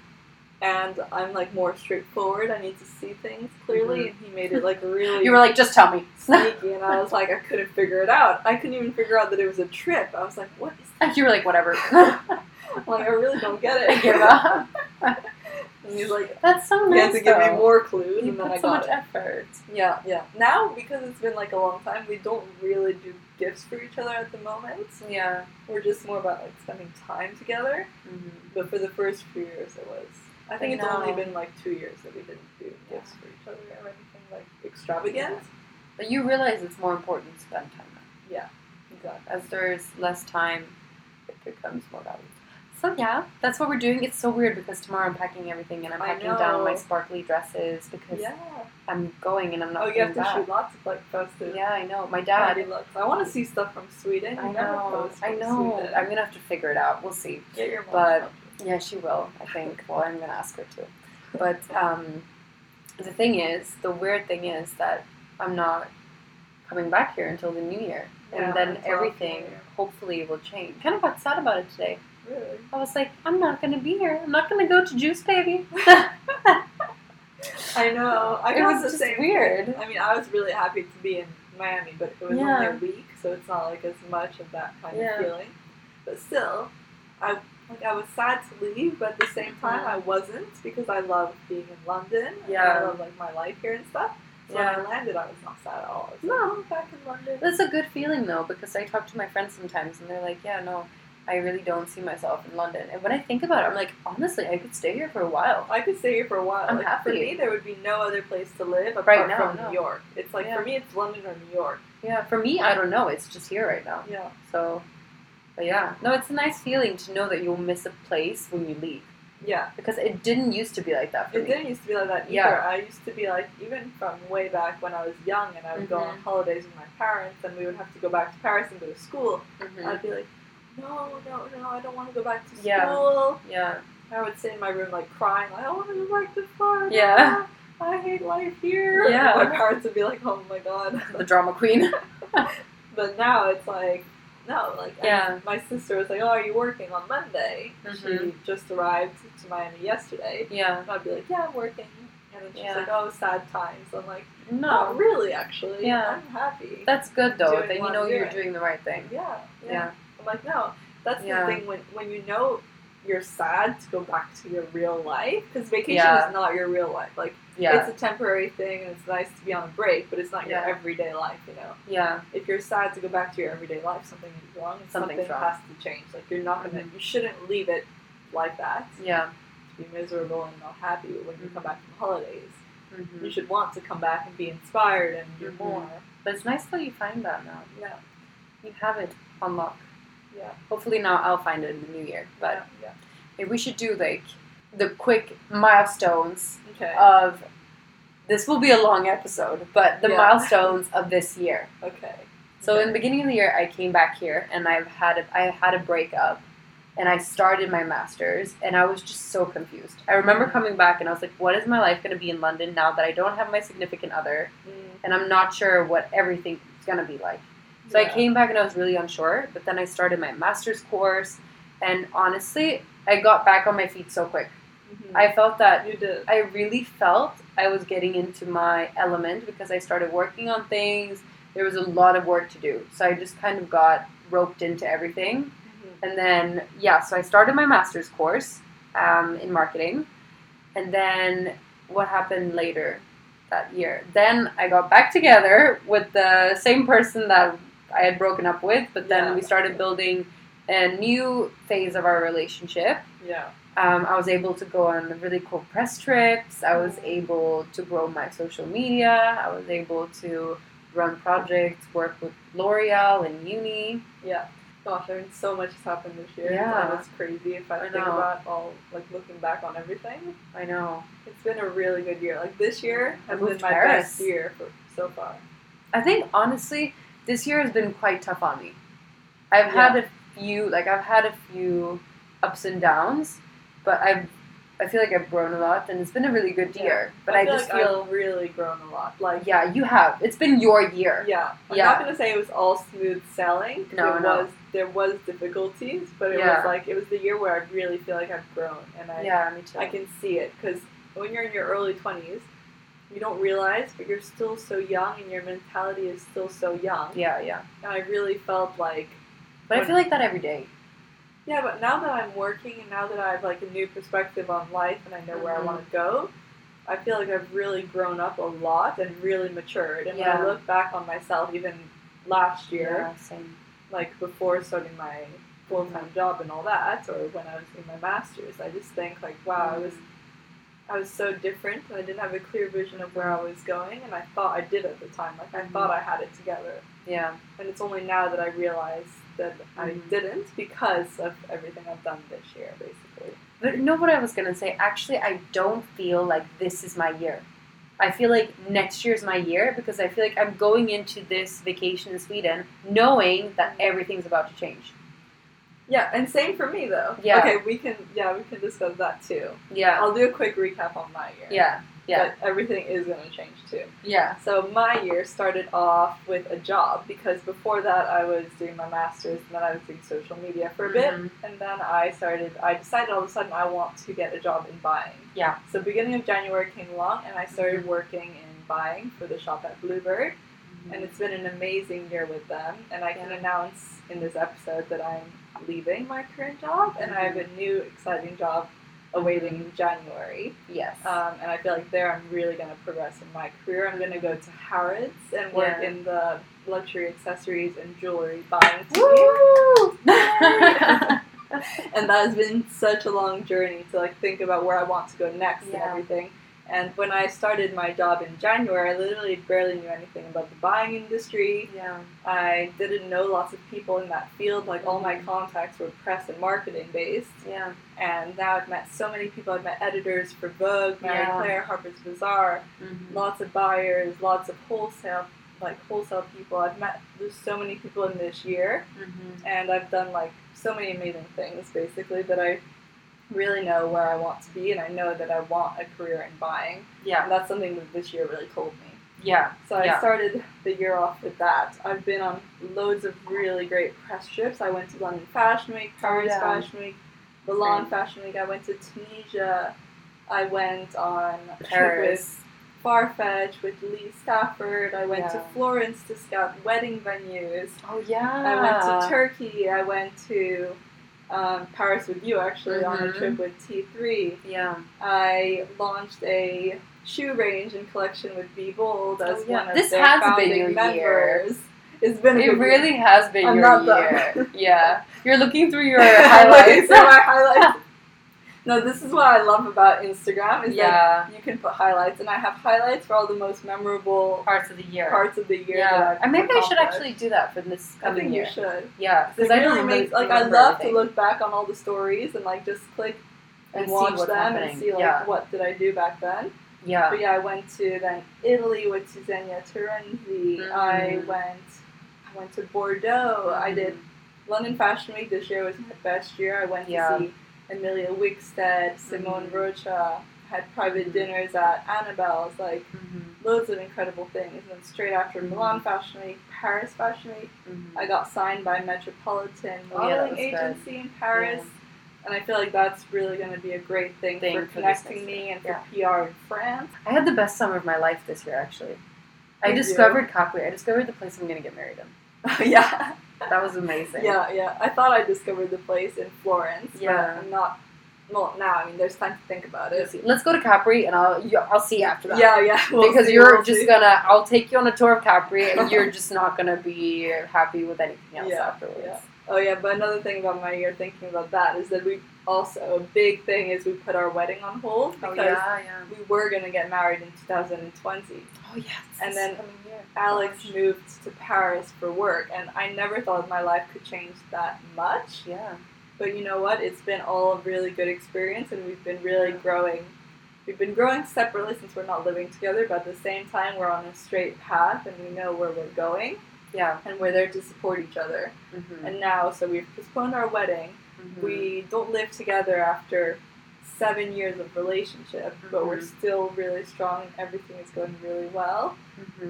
Speaker 2: and I'm like more straightforward. I need to see things clearly, and he made it like really.
Speaker 1: Mm-hmm. You were like, just tell me.
Speaker 2: sneaky, and I was like, I couldn't figure it out. I couldn't even figure out that it was a trip. I was like, what is
Speaker 1: you were like, whatever.
Speaker 2: that? like, I really don't get it.
Speaker 1: I give up.
Speaker 2: And he's like,
Speaker 1: That's so
Speaker 2: You
Speaker 1: nice.
Speaker 2: had to give me
Speaker 1: though.
Speaker 2: more clues,
Speaker 1: You
Speaker 2: and then
Speaker 1: put
Speaker 2: I
Speaker 1: so
Speaker 2: got
Speaker 1: much
Speaker 2: it.
Speaker 1: effort.
Speaker 2: Yeah, yeah. Now, because it's been like a long time, we don't really do gifts for each other at the moment.
Speaker 1: Yeah.
Speaker 2: We're just more about like spending time together. But for the first few years, it was. I think
Speaker 1: Mm-hmm. I
Speaker 2: it's only
Speaker 1: know.
Speaker 2: been like two years that we didn't do gifts for each other or anything like extravagant.
Speaker 1: But you realize it's more important to spend time. now.
Speaker 2: Exactly.
Speaker 1: As there's less time, it becomes more valuable. So yeah, that's what we're doing. It's so weird because tomorrow I'm packing everything and I'm
Speaker 2: I
Speaker 1: packing down my
Speaker 2: know.
Speaker 1: sparkly dresses because
Speaker 2: Yeah.
Speaker 1: I'm going and I'm not.
Speaker 2: Oh, you have to
Speaker 1: coming back.
Speaker 2: shoot lots of like festive.
Speaker 1: Yeah, I know. My
Speaker 2: party
Speaker 1: dad.
Speaker 2: looks. I want to see stuff from Sweden.
Speaker 1: I
Speaker 2: You never
Speaker 1: know.
Speaker 2: post
Speaker 1: I
Speaker 2: from
Speaker 1: know.
Speaker 2: Sweden.
Speaker 1: I'm gonna have to figure it out. We'll see.
Speaker 2: Get your mom
Speaker 1: but-
Speaker 2: up.
Speaker 1: Yeah, she will, I think. Well, I'm going to ask her to. But um, the thing is, the weird thing is that I'm not coming back here until the new year.
Speaker 2: Yeah,
Speaker 1: and then
Speaker 2: until
Speaker 1: everything
Speaker 2: the new year.
Speaker 1: hopefully will change. Kind of got sad about it today.
Speaker 2: really.
Speaker 1: I was like, I'm not going to be here. I'm not going to go to Juice Baby.
Speaker 2: I know. I
Speaker 1: It
Speaker 2: got
Speaker 1: was
Speaker 2: the
Speaker 1: just
Speaker 2: same
Speaker 1: weird.
Speaker 2: I mean, I was really happy to be in Miami, but it was
Speaker 1: Yeah.
Speaker 2: only a week, so it's not like as much of that kind
Speaker 1: Yeah.
Speaker 2: of feeling. But still, I like I was sad to leave, but at the same time, I wasn't because I love being in London. and
Speaker 1: Yeah.
Speaker 2: I love like my life here and stuff. So
Speaker 1: Yeah.
Speaker 2: when I landed, I was not sad at all. I was
Speaker 1: No.
Speaker 2: like, "Oh, back in London.
Speaker 1: That's a good feeling though, because I talk to my friends sometimes and they're like, yeah, no, I really don't see myself in London. And when I think about it, I'm like, honestly, I could stay here for a while.
Speaker 2: I could stay here for a while.
Speaker 1: I'm
Speaker 2: like, For
Speaker 1: happy.
Speaker 2: me, there would be no other place to live apart
Speaker 1: Right now,
Speaker 2: from
Speaker 1: no.
Speaker 2: New York. It's like
Speaker 1: Yeah.
Speaker 2: for me, it's London or New York.
Speaker 1: Yeah, for me, I don't know. It's just here right now.
Speaker 2: Yeah.
Speaker 1: So, but yeah, no, it's a nice feeling to know that you'll miss a place when you leave
Speaker 2: Yeah.
Speaker 1: because it didn't used to be like that for
Speaker 2: It
Speaker 1: me.
Speaker 2: didn't used to be like that either.
Speaker 1: Yeah.
Speaker 2: I used to be like, even from way back when I was young and I would go
Speaker 1: Mm-hmm.
Speaker 2: on holidays with my parents and we would have to go back to Paris and go to school,
Speaker 1: Mhm.
Speaker 2: I'd be like, no, no, no, I don't want to go back to
Speaker 1: Yeah.
Speaker 2: school.
Speaker 1: Yeah,
Speaker 2: I would sit in my room like crying, like, I want to go back to Florida.
Speaker 1: Yeah.
Speaker 2: I hate life here.
Speaker 1: Yeah.
Speaker 2: My parents would be like, oh my god.
Speaker 1: the drama queen.
Speaker 2: but now it's like, no, like, I-
Speaker 1: Yeah.
Speaker 2: my sister was like, oh, are you working on Monday? She
Speaker 1: Mhm.
Speaker 2: just arrived to Miami yesterday.
Speaker 1: yeah,
Speaker 2: And I'd be like, yeah, I'm working. And then she's
Speaker 1: Yeah.
Speaker 2: like, oh, sad times. I'm like, no,
Speaker 1: no,
Speaker 2: Oh, really, actually.
Speaker 1: Yeah.
Speaker 2: I'm happy.
Speaker 1: that's good though.
Speaker 2: Doing
Speaker 1: That you
Speaker 2: what
Speaker 1: know
Speaker 2: I'm
Speaker 1: you're
Speaker 2: doing.
Speaker 1: doing the right thing.
Speaker 2: yeah, yeah.
Speaker 1: Yeah,
Speaker 2: I'm like, no. That's
Speaker 1: Yeah.
Speaker 2: the thing when when you know you're sad to go back to your real life because vacation
Speaker 1: Yeah.
Speaker 2: is not your real life. Like
Speaker 1: Yeah.
Speaker 2: it's a temporary thing and it's nice to be on a break, but it's not
Speaker 1: Yeah.
Speaker 2: your everyday life. You know,
Speaker 1: Yeah.
Speaker 2: if you're sad to go back to your everyday life, something is wrong. and
Speaker 1: Something's
Speaker 2: something
Speaker 1: wrong.
Speaker 2: has to change. Like you're not gonna, you shouldn't leave it like that
Speaker 1: Yeah.
Speaker 2: to be miserable and not happy when you
Speaker 1: Mhm.
Speaker 2: come back from holidays.
Speaker 1: hmm
Speaker 2: You should want to come back and be inspired and do
Speaker 1: Mhm.
Speaker 2: more.
Speaker 1: But it's nice that you find that now.
Speaker 2: Yeah,
Speaker 1: You have it on lock.
Speaker 2: yeah,
Speaker 1: Hopefully now I'll find it in the new year. But
Speaker 2: yeah.
Speaker 1: if we should do like the quick milestones
Speaker 2: yeah. Okay,
Speaker 1: of this will be a long episode, but the
Speaker 2: Yeah.
Speaker 1: milestones of this year.
Speaker 2: Uh, okay.
Speaker 1: So in
Speaker 2: Okay.
Speaker 1: the beginning of the year, I came back here and I've had a, I had a breakup, and I started my masters, and I was just so confused. I remember
Speaker 2: Mm-hmm.
Speaker 1: coming back and I was like, "What is my life going to be in London now that I don't have my significant other,
Speaker 2: Mm,
Speaker 1: and I'm not sure what everything's going to be like?" So I
Speaker 2: yeah.
Speaker 1: came back and I was really unsure, but then I started my master's course, and honestly, I got back on my feet so quick.
Speaker 2: Mhm.
Speaker 1: I felt that
Speaker 2: you did.
Speaker 1: I really felt I was getting into my element because I started working on things. There was a lot of work to do. So I just kind of got roped into everything.
Speaker 2: Mm-hmm.
Speaker 1: And then, yeah, so I started my master's course um, in marketing. And then what happened later that year? Then I got back together with the same person that I had broken up with, but then
Speaker 2: Yeah.
Speaker 1: we started building a new phase of our relationship
Speaker 2: Yeah.
Speaker 1: um, I was able to go on really cool press trips. I was able to grow my social media. I was able to run projects, work with L'Oreal and Uni.
Speaker 2: Yeah. Gosh, I mean, so much has happened this year.
Speaker 1: Yeah.
Speaker 2: It's crazy if I,
Speaker 1: I
Speaker 2: think
Speaker 1: know.
Speaker 2: about all, like, looking back on everything.
Speaker 1: I know.
Speaker 2: It's been a really good year. Like, this year
Speaker 1: I
Speaker 2: has
Speaker 1: moved
Speaker 2: been
Speaker 1: to
Speaker 2: my
Speaker 1: Paris.
Speaker 2: best year for, so far.
Speaker 1: I think honestly, this year has been quite tough on me. I've had a few, like I've had a few ups and downs, but I've, I feel like I've grown a lot, and it's been a really good
Speaker 2: Yeah.
Speaker 1: year. But I,
Speaker 2: feel
Speaker 1: just
Speaker 2: like
Speaker 1: feel,
Speaker 2: I've really grown a lot. Like,
Speaker 1: yeah, you have. It's been your year.
Speaker 2: Yeah. I'm
Speaker 1: Yeah.
Speaker 2: not gonna say it was all smooth sailing. 'cause
Speaker 1: No,
Speaker 2: it
Speaker 1: no.
Speaker 2: was there was difficulties, but it
Speaker 1: Yeah.
Speaker 2: was like it was the year where I really feel like I've grown and I
Speaker 1: Yeah, me too.
Speaker 2: I can see it because when you're in your early twenties, you don't realize, but you're still so young and your mentality is still so young.
Speaker 1: yeah, yeah.
Speaker 2: And I really felt like
Speaker 1: But I
Speaker 2: When-
Speaker 1: feel like that every day.
Speaker 2: yeah, but now that I'm working and now that I have like a new perspective on life and I know where I
Speaker 1: Mhm.
Speaker 2: want to go, I feel like I've really grown up a lot and really matured. And
Speaker 1: Yeah.
Speaker 2: when I look back on myself, even last year,
Speaker 1: Yeah, same.
Speaker 2: like before starting my full time job and all that, or when I was in my master's, I just think like, wow, I was I was so different, and I didn't have a clear vision of where I was going, and I thought I did at the time, like I
Speaker 1: Mhm.
Speaker 2: thought I had it together,
Speaker 1: Yeah.
Speaker 2: and it's only now that I realize that
Speaker 1: Mhm.
Speaker 2: I didn't because of everything I've done this year, basically.
Speaker 1: But you know what I was gonna say? Actually, I don't feel like this is my year. I feel like next year's my year because I feel like I'm going into this vacation in Sweden knowing that everything's about to change.
Speaker 2: Yeah, and same for me though.
Speaker 1: Yeah.
Speaker 2: Okay, we can yeah we can discuss that too.
Speaker 1: Yeah.
Speaker 2: I'll do a quick recap on my year.
Speaker 1: Yeah. Yeah.
Speaker 2: But everything is gonna change too.
Speaker 1: Yeah.
Speaker 2: So my year started off with a job because before that I was doing my master's and then I was doing social media for a bit
Speaker 1: Mhm.
Speaker 2: and then I started I decided all of a sudden I want to get a job in buying.
Speaker 1: Yeah. Mm-hmm.
Speaker 2: So beginning of January came along and I started working in buying for the shop at Bluebird and it's been an amazing year with them and I can
Speaker 1: Mm-hmm. Yeah.
Speaker 2: announce in this episode that I'm leaving my current job and I have
Speaker 1: Mm-hmm.
Speaker 2: a new exciting job awaiting in January.
Speaker 1: Yes.
Speaker 2: Um, and I feel like there I'm really going to progress in my career. I'm going to go to Harrods and work
Speaker 1: Yeah.
Speaker 2: in the luxury accessories and jewelry buying team.
Speaker 1: Woo!
Speaker 2: and that has been such a long journey to like think about where I want to go next and
Speaker 1: Yeah.
Speaker 2: everything. And when I started my job in January, I literally barely knew anything about the buying industry.
Speaker 1: yeah.
Speaker 2: I didn't know lots of people in that field. Like all my
Speaker 1: Mhm.
Speaker 2: contacts were press and marketing based
Speaker 1: Yeah.
Speaker 2: and now I've met so many people. I've met editors for Vogue, Mary
Speaker 1: Yeah.
Speaker 2: Claire, Harper's Bazaar,
Speaker 1: Mhm.
Speaker 2: lots of buyers, lots of wholesale, like wholesale people. I've met there's so many people in this year,
Speaker 1: Mhm.
Speaker 2: and I've done like so many amazing things basically that I really know where I want to be, and I know that I want a career in buying,
Speaker 1: Yeah.
Speaker 2: and that's something that this year really told me.
Speaker 1: Yeah.
Speaker 2: So I
Speaker 1: Yeah.
Speaker 2: started the year off with that. I've been on loads of really great press trips. I went to London Fashion Week, Paris
Speaker 1: Oh, yeah.
Speaker 2: Fashion Week, Milan
Speaker 1: Same.
Speaker 2: Fashion Week. I went to Tunisia. I went on a trip
Speaker 1: Paris.
Speaker 2: with Farfetch with Lee Stafford. I went to
Speaker 1: Yeah.
Speaker 2: Florence to scout wedding venues.
Speaker 1: Oh yeah.
Speaker 2: I went to Turkey. I went to um, Paris with you actually on a
Speaker 1: Mhm.
Speaker 2: trip with T3.
Speaker 1: Yeah.
Speaker 2: I launched a shoe range and collection with Be Bold as
Speaker 1: Oh, yeah.
Speaker 2: one of
Speaker 1: This
Speaker 2: their
Speaker 1: has been
Speaker 2: founding
Speaker 1: your year.
Speaker 2: members. It's been a
Speaker 1: It
Speaker 2: good year.
Speaker 1: really has been
Speaker 2: I'm
Speaker 1: your
Speaker 2: not
Speaker 1: year.
Speaker 2: done.
Speaker 1: Yeah. You're looking through your
Speaker 2: I'm looking
Speaker 1: highlights.
Speaker 2: through my highlights. No, this is what I love about Instagram is
Speaker 1: yeah.
Speaker 2: that you can put highlights, and I have highlights for all the most memorable
Speaker 1: Parts of the year.
Speaker 2: parts of the year.
Speaker 1: yeah.
Speaker 2: that I've
Speaker 1: And maybe I should
Speaker 2: accomplished.
Speaker 1: actually do that for this
Speaker 2: I
Speaker 1: coming
Speaker 2: think
Speaker 1: year.
Speaker 2: you should.
Speaker 1: Yeah.
Speaker 2: Because
Speaker 1: Because I don't
Speaker 2: really
Speaker 1: really
Speaker 2: make, like I
Speaker 1: remember
Speaker 2: love
Speaker 1: everything.
Speaker 2: to look back on all the stories and like just click and,
Speaker 1: And see
Speaker 2: watch
Speaker 1: what's
Speaker 2: them
Speaker 1: happening.
Speaker 2: and see like
Speaker 1: Yeah.
Speaker 2: what did I do back then.
Speaker 1: Yeah.
Speaker 2: But yeah, I went to then Italy with Susanna Terenzi.
Speaker 1: Mhm.
Speaker 2: I went I went to Bordeaux. I did London Fashion Week this year was my best year. I went
Speaker 1: Mm-hmm. Yeah.
Speaker 2: to see Amelia Wickstead, Simone
Speaker 1: Mhm.
Speaker 2: Rocha, had private
Speaker 1: Mhm.
Speaker 2: dinners at Annabelle's, like
Speaker 1: Mhm.
Speaker 2: loads of incredible things. And then straight after
Speaker 1: Mhm.
Speaker 2: Milan Fashion Week, Paris Fashion Week,
Speaker 1: Mhm.
Speaker 2: I got signed by Metropolitan
Speaker 1: Oh, yeah, that
Speaker 2: Modeling
Speaker 1: was good.
Speaker 2: Agency in Paris. And I feel like that's really going to be a great thing,
Speaker 1: Thing
Speaker 2: for
Speaker 1: for this
Speaker 2: connecting
Speaker 1: next
Speaker 2: me
Speaker 1: year.
Speaker 2: and for PR in France.
Speaker 1: I had the best summer of my life this year, actually. I
Speaker 2: Did you?
Speaker 1: discovered Capri. I discovered the place I'm going to get married in.
Speaker 2: yeah.
Speaker 1: That was amazing.
Speaker 2: Yeah, yeah. I thought I discovered the place in Florence.
Speaker 1: Yeah.
Speaker 2: But I'm not. Well, now, I mean, there's time to think about
Speaker 1: Let's
Speaker 2: it.
Speaker 1: see. Let's go to Capri, and I'll you, I'll see you after that.
Speaker 2: Yeah, yeah. we'll
Speaker 1: because
Speaker 2: see,
Speaker 1: you're
Speaker 2: we'll
Speaker 1: just
Speaker 2: see.
Speaker 1: gonna I'll take you on a tour of Capri and you're just not gonna be happy with anything else
Speaker 2: Yeah,
Speaker 1: afterwards.
Speaker 2: yeah. Oh, yeah, but another thing about my year thinking about that is that we also, a big thing is we put our wedding on hold because
Speaker 1: Oh, yeah.
Speaker 2: we were going to get married in 2020.
Speaker 1: Oh yeah.
Speaker 2: And
Speaker 1: this
Speaker 2: then
Speaker 1: coming year.
Speaker 2: Alex
Speaker 1: Gosh.
Speaker 2: moved to Paris for work, and I never thought my life could change that much.
Speaker 1: Yeah.
Speaker 2: But you know what? It's been all a really good experience, and we've been really growing. We've been growing separately since we're not living together, but at the same time, we're on a straight path, and we know where we're going,
Speaker 1: Yeah.
Speaker 2: and we're there to support each other.
Speaker 1: Mm-hmm.
Speaker 2: And now, so we've postponed our wedding. We don't live together after seven years of relationship, but we're
Speaker 1: Mm-hmm.
Speaker 2: still really strong, and everything is going really well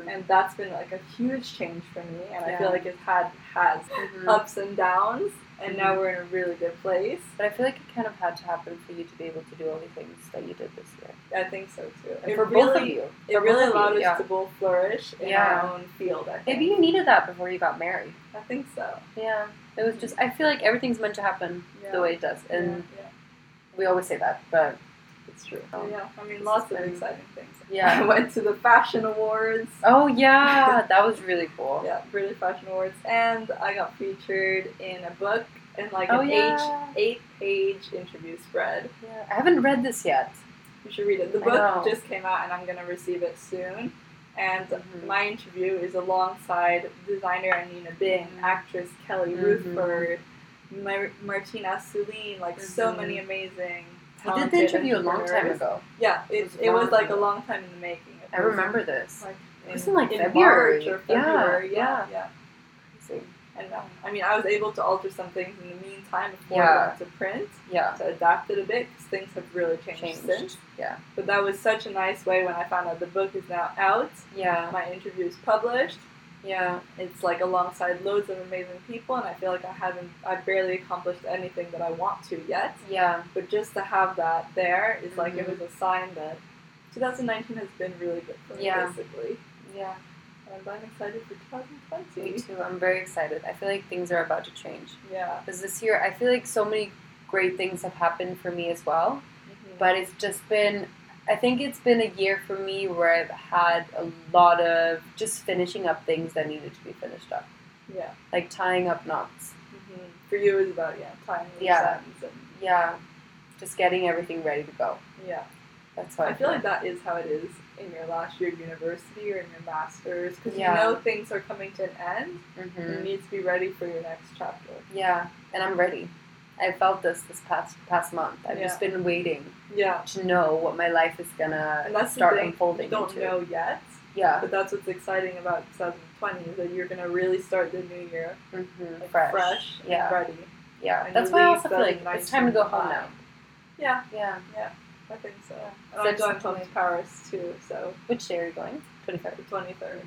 Speaker 2: and that's been like a huge change for me and
Speaker 1: Mm-hmm. Yeah.
Speaker 2: i
Speaker 1: Mm-hmm.
Speaker 2: feel like it had has ups and downs and now we're in a really good place
Speaker 1: But I feel like it kind of had to happen for you to be able to do all the things that you did this year.
Speaker 2: i think so too
Speaker 1: And
Speaker 2: it
Speaker 1: for
Speaker 2: really
Speaker 1: both of you.
Speaker 2: it
Speaker 1: For
Speaker 2: really
Speaker 1: both of you,
Speaker 2: allowed us
Speaker 1: yeah.
Speaker 2: to both flourish in
Speaker 1: Yeah.
Speaker 2: our own field i think
Speaker 1: Maybe you needed that before you got married.
Speaker 2: i think so
Speaker 1: Yeah. It was just I feel like everything's meant to happen
Speaker 2: yeah.
Speaker 1: the way it does.
Speaker 2: yeah,
Speaker 1: And
Speaker 2: yeah,
Speaker 1: we always say that, but
Speaker 2: it's true
Speaker 1: Um,
Speaker 2: yeah i mean
Speaker 1: this
Speaker 2: lots
Speaker 1: has
Speaker 2: of
Speaker 1: been-
Speaker 2: exciting things
Speaker 1: yeah.
Speaker 2: i went to the fashion awards
Speaker 1: Oh yeah, that was really cool.
Speaker 2: yeah british fashion awards and i got featured in a book and like
Speaker 1: Oh
Speaker 2: an
Speaker 1: yeah.
Speaker 2: eight eight page interview spread
Speaker 1: yeah. I haven't read this yet.
Speaker 2: You should read it. The
Speaker 1: I
Speaker 2: book
Speaker 1: know.
Speaker 2: just came out, and I'm gonna receive it soon. And
Speaker 1: Mm-hmm.
Speaker 2: my interview is alongside designer Anina Bing,
Speaker 1: Mhm.
Speaker 2: actress Kelly
Speaker 1: Mhm.
Speaker 2: Rutherford, Mar- Martina Suline, like so
Speaker 1: Mhm.
Speaker 2: many amazing.
Speaker 1: We did
Speaker 2: talented
Speaker 1: the interview a long time
Speaker 2: entrepreneurs.
Speaker 1: ago.
Speaker 2: Yeah, it, it,
Speaker 1: It
Speaker 2: was
Speaker 1: was
Speaker 2: like a
Speaker 1: long-
Speaker 2: long time in the making. It
Speaker 1: I
Speaker 2: was
Speaker 1: remember this.
Speaker 2: Like in,
Speaker 1: It was in, like,
Speaker 2: in
Speaker 1: February.
Speaker 2: March or
Speaker 1: Yeah,
Speaker 2: February. yeah. yeah.
Speaker 1: Crazy.
Speaker 2: And uh, I mean, I was able to alter some things in the meantime before I
Speaker 1: Yeah.
Speaker 2: went to print,
Speaker 1: Yeah.
Speaker 2: to adapt it a bit because things have really changed
Speaker 1: Changed.
Speaker 2: since.
Speaker 1: Yeah.
Speaker 2: But that was such a nice way when I found out the book is now out. Uh,
Speaker 1: Yeah.
Speaker 2: My interview is published.
Speaker 1: Yeah.
Speaker 2: It's like alongside loads of amazing people, and I feel like I haven't, I barely accomplished anything that I want to yet.
Speaker 1: Yeah.
Speaker 2: But just to have that there is like it
Speaker 1: Mhm.
Speaker 2: was a sign that 2019 has been really good for me,
Speaker 1: Yeah.
Speaker 2: basically.
Speaker 1: Yeah.
Speaker 2: And I'm excited for 2020.
Speaker 1: Me too. I'm very excited. I feel like things are about to change.
Speaker 2: Yeah.
Speaker 1: Because this year, I feel like so many great things have happened for me as well.
Speaker 2: Mhm.
Speaker 1: But it's just been, I think it's been a year for me where I've had a lot of just finishing up things that needed to be finished up,
Speaker 2: yeah.
Speaker 1: like tying up knots.
Speaker 2: Mhm. For you, it was about yeah, time. and
Speaker 1: Yeah.
Speaker 2: sense and-
Speaker 1: Yeah. Just getting everything ready to go.
Speaker 2: Yeah.
Speaker 1: That's how
Speaker 2: I feel like that is how it is in your last year of university or in your master's because
Speaker 1: Yeah.
Speaker 2: you know things are coming to an end.
Speaker 1: Mm-hmm.
Speaker 2: and You need to be ready for your next chapter.
Speaker 1: Yeah, and I'm ready. I felt this this past past month. I've just been waiting
Speaker 2: Yeah,
Speaker 1: to know what my life is gonna
Speaker 2: and that's
Speaker 1: start
Speaker 2: the thing.
Speaker 1: unfolding
Speaker 2: You don't
Speaker 1: into.
Speaker 2: know yet,
Speaker 1: Yeah,
Speaker 2: but that's what's exciting about 2020 is that you're gonna really start the new year
Speaker 1: hmm
Speaker 2: like,
Speaker 1: fresh.
Speaker 2: and
Speaker 1: Yeah.
Speaker 2: ready.
Speaker 1: Yeah,
Speaker 2: And
Speaker 1: that's
Speaker 2: you
Speaker 1: why I
Speaker 2: leave
Speaker 1: also feel like it's time to go home now.
Speaker 2: Yeah,
Speaker 1: Yeah,
Speaker 2: I think so.
Speaker 1: Yeah.
Speaker 2: And
Speaker 1: So
Speaker 2: I'm
Speaker 1: just
Speaker 2: going home to
Speaker 1: like-
Speaker 2: Paris too, so
Speaker 1: which day are you going? Twenty
Speaker 2: the 23rd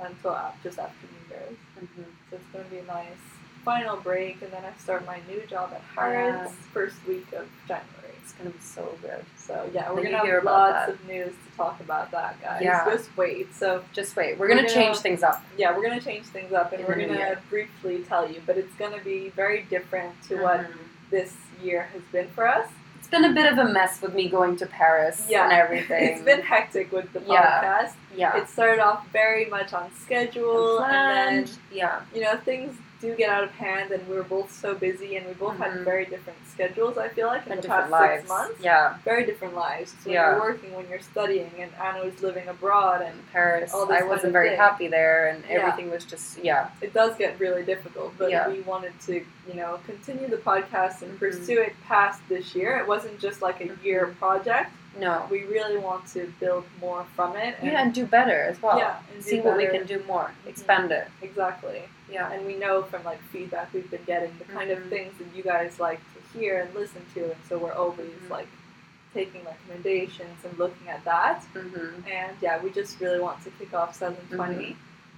Speaker 2: until a- just after New Year's.
Speaker 1: Mm-hmm.
Speaker 2: So it's going to be a nice final break, and then I start my new job at Harrods first week of January.
Speaker 1: It's gonna be so good.
Speaker 2: So yeah, we're
Speaker 1: Let me
Speaker 2: gonna have
Speaker 1: hear about
Speaker 2: lots
Speaker 1: that.
Speaker 2: of news to talk about that, guys.
Speaker 1: Yeah.
Speaker 2: Just wait. So
Speaker 1: Just wait, we're
Speaker 2: We're
Speaker 1: gonna,
Speaker 2: gonna-
Speaker 1: change things up.
Speaker 2: yeah, we're gonna change things up, and
Speaker 1: In
Speaker 2: we're
Speaker 1: the new
Speaker 2: gonna
Speaker 1: year. Mm-hmm.
Speaker 2: briefly tell you, but it's gonna be very different to what this year has been for us.
Speaker 1: It's been a bit of a mess with me going to Paris
Speaker 2: Yeah.
Speaker 1: and everything.
Speaker 2: It's been hectic with the
Speaker 1: Yeah.
Speaker 2: podcast.
Speaker 1: yeah.
Speaker 2: It started off very much on schedule, and
Speaker 1: Unplanned.
Speaker 2: then
Speaker 1: yeah.
Speaker 2: you know things do get out of hand, and we were both so busy, and we both
Speaker 1: Mhm.
Speaker 2: had very different schedules. I feel like in
Speaker 1: And
Speaker 2: the
Speaker 1: different
Speaker 2: past
Speaker 1: lives.
Speaker 2: six months,
Speaker 1: Yeah.
Speaker 2: very different lives. So
Speaker 1: Yeah.
Speaker 2: When you're working, when you're studying, and Anna was living abroad, and
Speaker 1: Paris.
Speaker 2: All this
Speaker 1: I
Speaker 2: kind
Speaker 1: wasn't
Speaker 2: of
Speaker 1: very
Speaker 2: thing.
Speaker 1: happy there, and
Speaker 2: Yeah.
Speaker 1: everything was just yeah.
Speaker 2: it does get really difficult, but
Speaker 1: Yeah.
Speaker 2: we wanted to, you know, continue the podcast and
Speaker 1: Mhm.
Speaker 2: pursue it past this year. It wasn't just like
Speaker 1: Mm-hmm.
Speaker 2: a year project.
Speaker 1: No.
Speaker 2: We really want to build more from it and
Speaker 1: Yeah, and do better as well.
Speaker 2: yeah, and do
Speaker 1: See what we
Speaker 2: better. Mm-hmm.
Speaker 1: can do more. Expand it.
Speaker 2: Exactly.
Speaker 1: Yeah.
Speaker 2: And we know from like feedback we've been getting the kind
Speaker 1: Mhm.
Speaker 2: of things that you guys like to hear and listen to and so we're always
Speaker 1: Mhm.
Speaker 2: like taking recommendations and looking at that.
Speaker 1: Mm-hmm.
Speaker 2: And yeah, we just really want to kick off season 20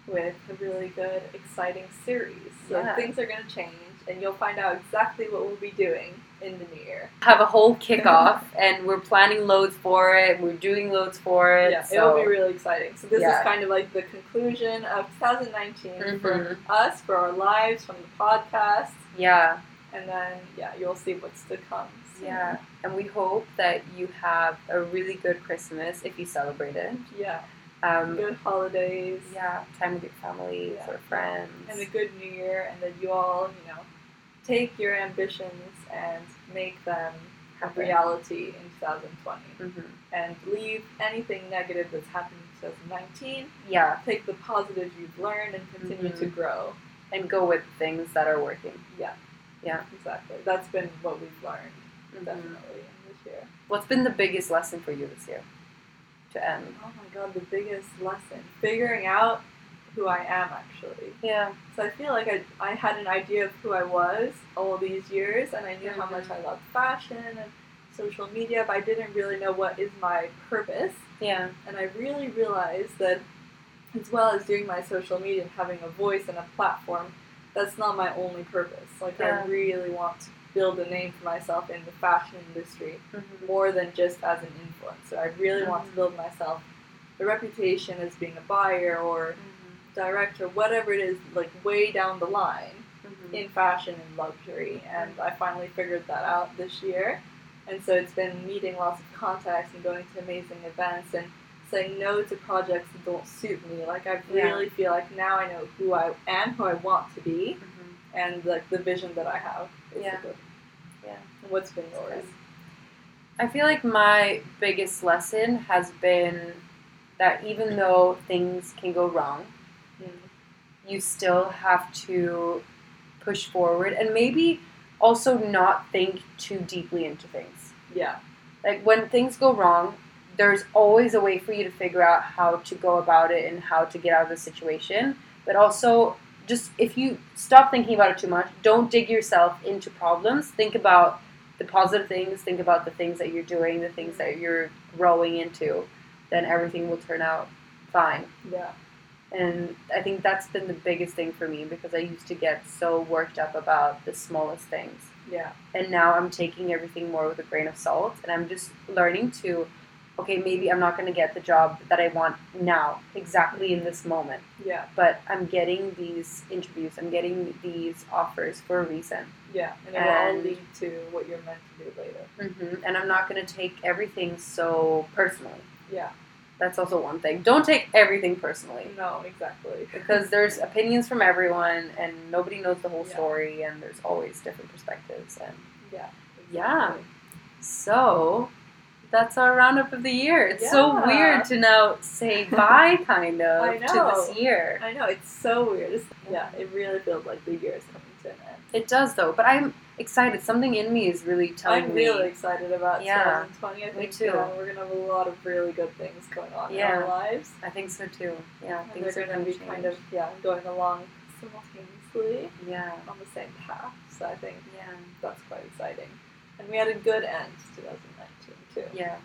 Speaker 2: with a really good, exciting series. So
Speaker 1: Yeah.
Speaker 2: things are going to change, and you'll find out exactly what we'll be doing in the new year.
Speaker 1: Have a whole kickoff, and we're planning loads for it. We're doing loads for it.
Speaker 2: yeah,
Speaker 1: so.
Speaker 2: it'll be really exciting. So this
Speaker 1: Yeah.
Speaker 2: is kind of like the conclusion of 2019 for
Speaker 1: Mhm.
Speaker 2: us, for our lives, from the podcast,
Speaker 1: yeah.
Speaker 2: and then yeah, you'll see what's to come. soon.
Speaker 1: Yeah, and we hope that you have a really good Christmas if you celebrate it.
Speaker 2: yeah,
Speaker 1: Um,
Speaker 2: good holidays.
Speaker 1: yeah, time with your family
Speaker 2: Yeah.
Speaker 1: or friends.
Speaker 2: and a good new year, and that you all, you know, take your ambitions and make them a
Speaker 1: Happen.
Speaker 2: reality in 2020.
Speaker 1: Mhm.
Speaker 2: And leave anything negative that's happened in 2019.
Speaker 1: Yeah,
Speaker 2: Take the positives you've learned and continue to grow.
Speaker 1: and go with things that are working.
Speaker 2: Yeah.
Speaker 1: Yeah.
Speaker 2: Exactly. That's been what we've learned,
Speaker 1: Mhm.
Speaker 2: definitely, in this year.
Speaker 1: What's been the biggest lesson for you this year? To end.
Speaker 2: Oh my god, the biggest lesson. Figuring out who I am, actually.
Speaker 1: Yeah.
Speaker 2: So I feel like I, I had an idea of who I was all these years, and I knew how much I loved fashion and social media, but I didn't really know what is my purpose.
Speaker 1: Yeah.
Speaker 2: And I really realized that, as well as doing my social media and having a voice and a platform, that's not my only purpose. Like,
Speaker 1: Yeah.
Speaker 2: I really want to build a name for myself in the fashion industry more than just as an influencer. I really want to build myself a reputation as being a buyer or director, whatever it is, like way down the line
Speaker 1: Mm-hmm.
Speaker 2: in fashion and luxury. And I finally figured that out this year. And so it's been meeting lots of contacts and going to amazing events and saying no to projects that don't suit me. Like I
Speaker 1: Yeah.
Speaker 2: really feel like now I know who I am, who I want to be, and like the vision that I have.
Speaker 1: Mm-hmm. Yeah.
Speaker 2: basically.
Speaker 1: Yeah.
Speaker 2: And What's been yours?
Speaker 1: I feel like my biggest lesson has been that even though things can go wrong, you still have to push forward and maybe also not think too deeply into things.
Speaker 2: Yeah.
Speaker 1: Like when things go wrong, there's always a way for you to figure out how to go about it and how to get out of the situation. But also, just if you stop thinking about it too much, don't dig yourself into problems. Think about the positive things, think about the things that you're doing, the things that you're growing into. Then everything will turn out fine.
Speaker 2: Yeah.
Speaker 1: And I think that's been the biggest thing for me because I used to get so worked up about the smallest things.
Speaker 2: Yeah.
Speaker 1: And now I'm taking everything more with a grain of salt and I'm just learning to, okay, maybe I'm not going to get the job that I want now, exactly in this moment.
Speaker 2: Yeah.
Speaker 1: But I'm getting these interviews, I'm getting these offers for a reason.
Speaker 2: Yeah. And it will all
Speaker 1: And-
Speaker 2: lead to what you're meant to do later. Mm-hmm.
Speaker 1: hmm And I'm not going to take everything so personally.
Speaker 2: Yeah.
Speaker 1: That's also one thing. Don't take everything personally.
Speaker 2: No, exactly.
Speaker 1: because there's opinions from everyone and nobody knows the whole
Speaker 2: Yeah.
Speaker 1: story and there's always different perspectives and
Speaker 2: Yeah.
Speaker 1: Yeah. so that's our roundup of the year it's so
Speaker 2: Yeah.
Speaker 1: weird to now say bye kind
Speaker 2: I
Speaker 1: of to
Speaker 2: know.
Speaker 1: this year
Speaker 2: I know it's so weird. It's, yeah, it really feels like the year is coming to an end.
Speaker 1: it does though but i'm excited something in me is really telling
Speaker 2: I'm
Speaker 1: me
Speaker 2: really excited about
Speaker 1: Yeah.
Speaker 2: 2020. I
Speaker 1: Me
Speaker 2: think
Speaker 1: too.
Speaker 2: uh, we're gonna have a lot of really good things going on
Speaker 1: Yeah.
Speaker 2: in our lives.
Speaker 1: i think so too yeah
Speaker 2: And
Speaker 1: things
Speaker 2: they're
Speaker 1: are
Speaker 2: gonna be kind of yeah going along simultaneously
Speaker 1: yeah
Speaker 2: on the same path. So I think
Speaker 1: yeah
Speaker 2: that's quite exciting. And we had a good end to 2019 too.
Speaker 1: yeah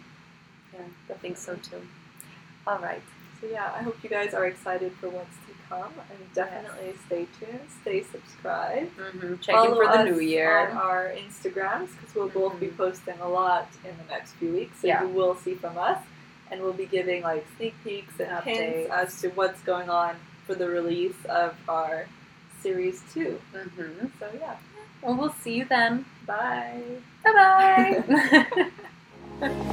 Speaker 1: i think so too all right
Speaker 2: So yeah, I hope you guys are excited for what's to come, and definitely stay tuned, stay subscribed.
Speaker 1: mm-hmm.
Speaker 2: Follow
Speaker 1: checking for the
Speaker 2: us
Speaker 1: new year
Speaker 2: on our Instagrams because we'll both be posting a lot in the next few weeks, so
Speaker 1: Yeah.
Speaker 2: you will see from us, and we'll be giving like sneak peeks and
Speaker 1: Updates.
Speaker 2: hints as to what's going on for the release of our series two.
Speaker 1: Mm-hmm.
Speaker 2: So yeah,
Speaker 1: Well, we'll see you then.
Speaker 2: bye.
Speaker 1: Bye bye.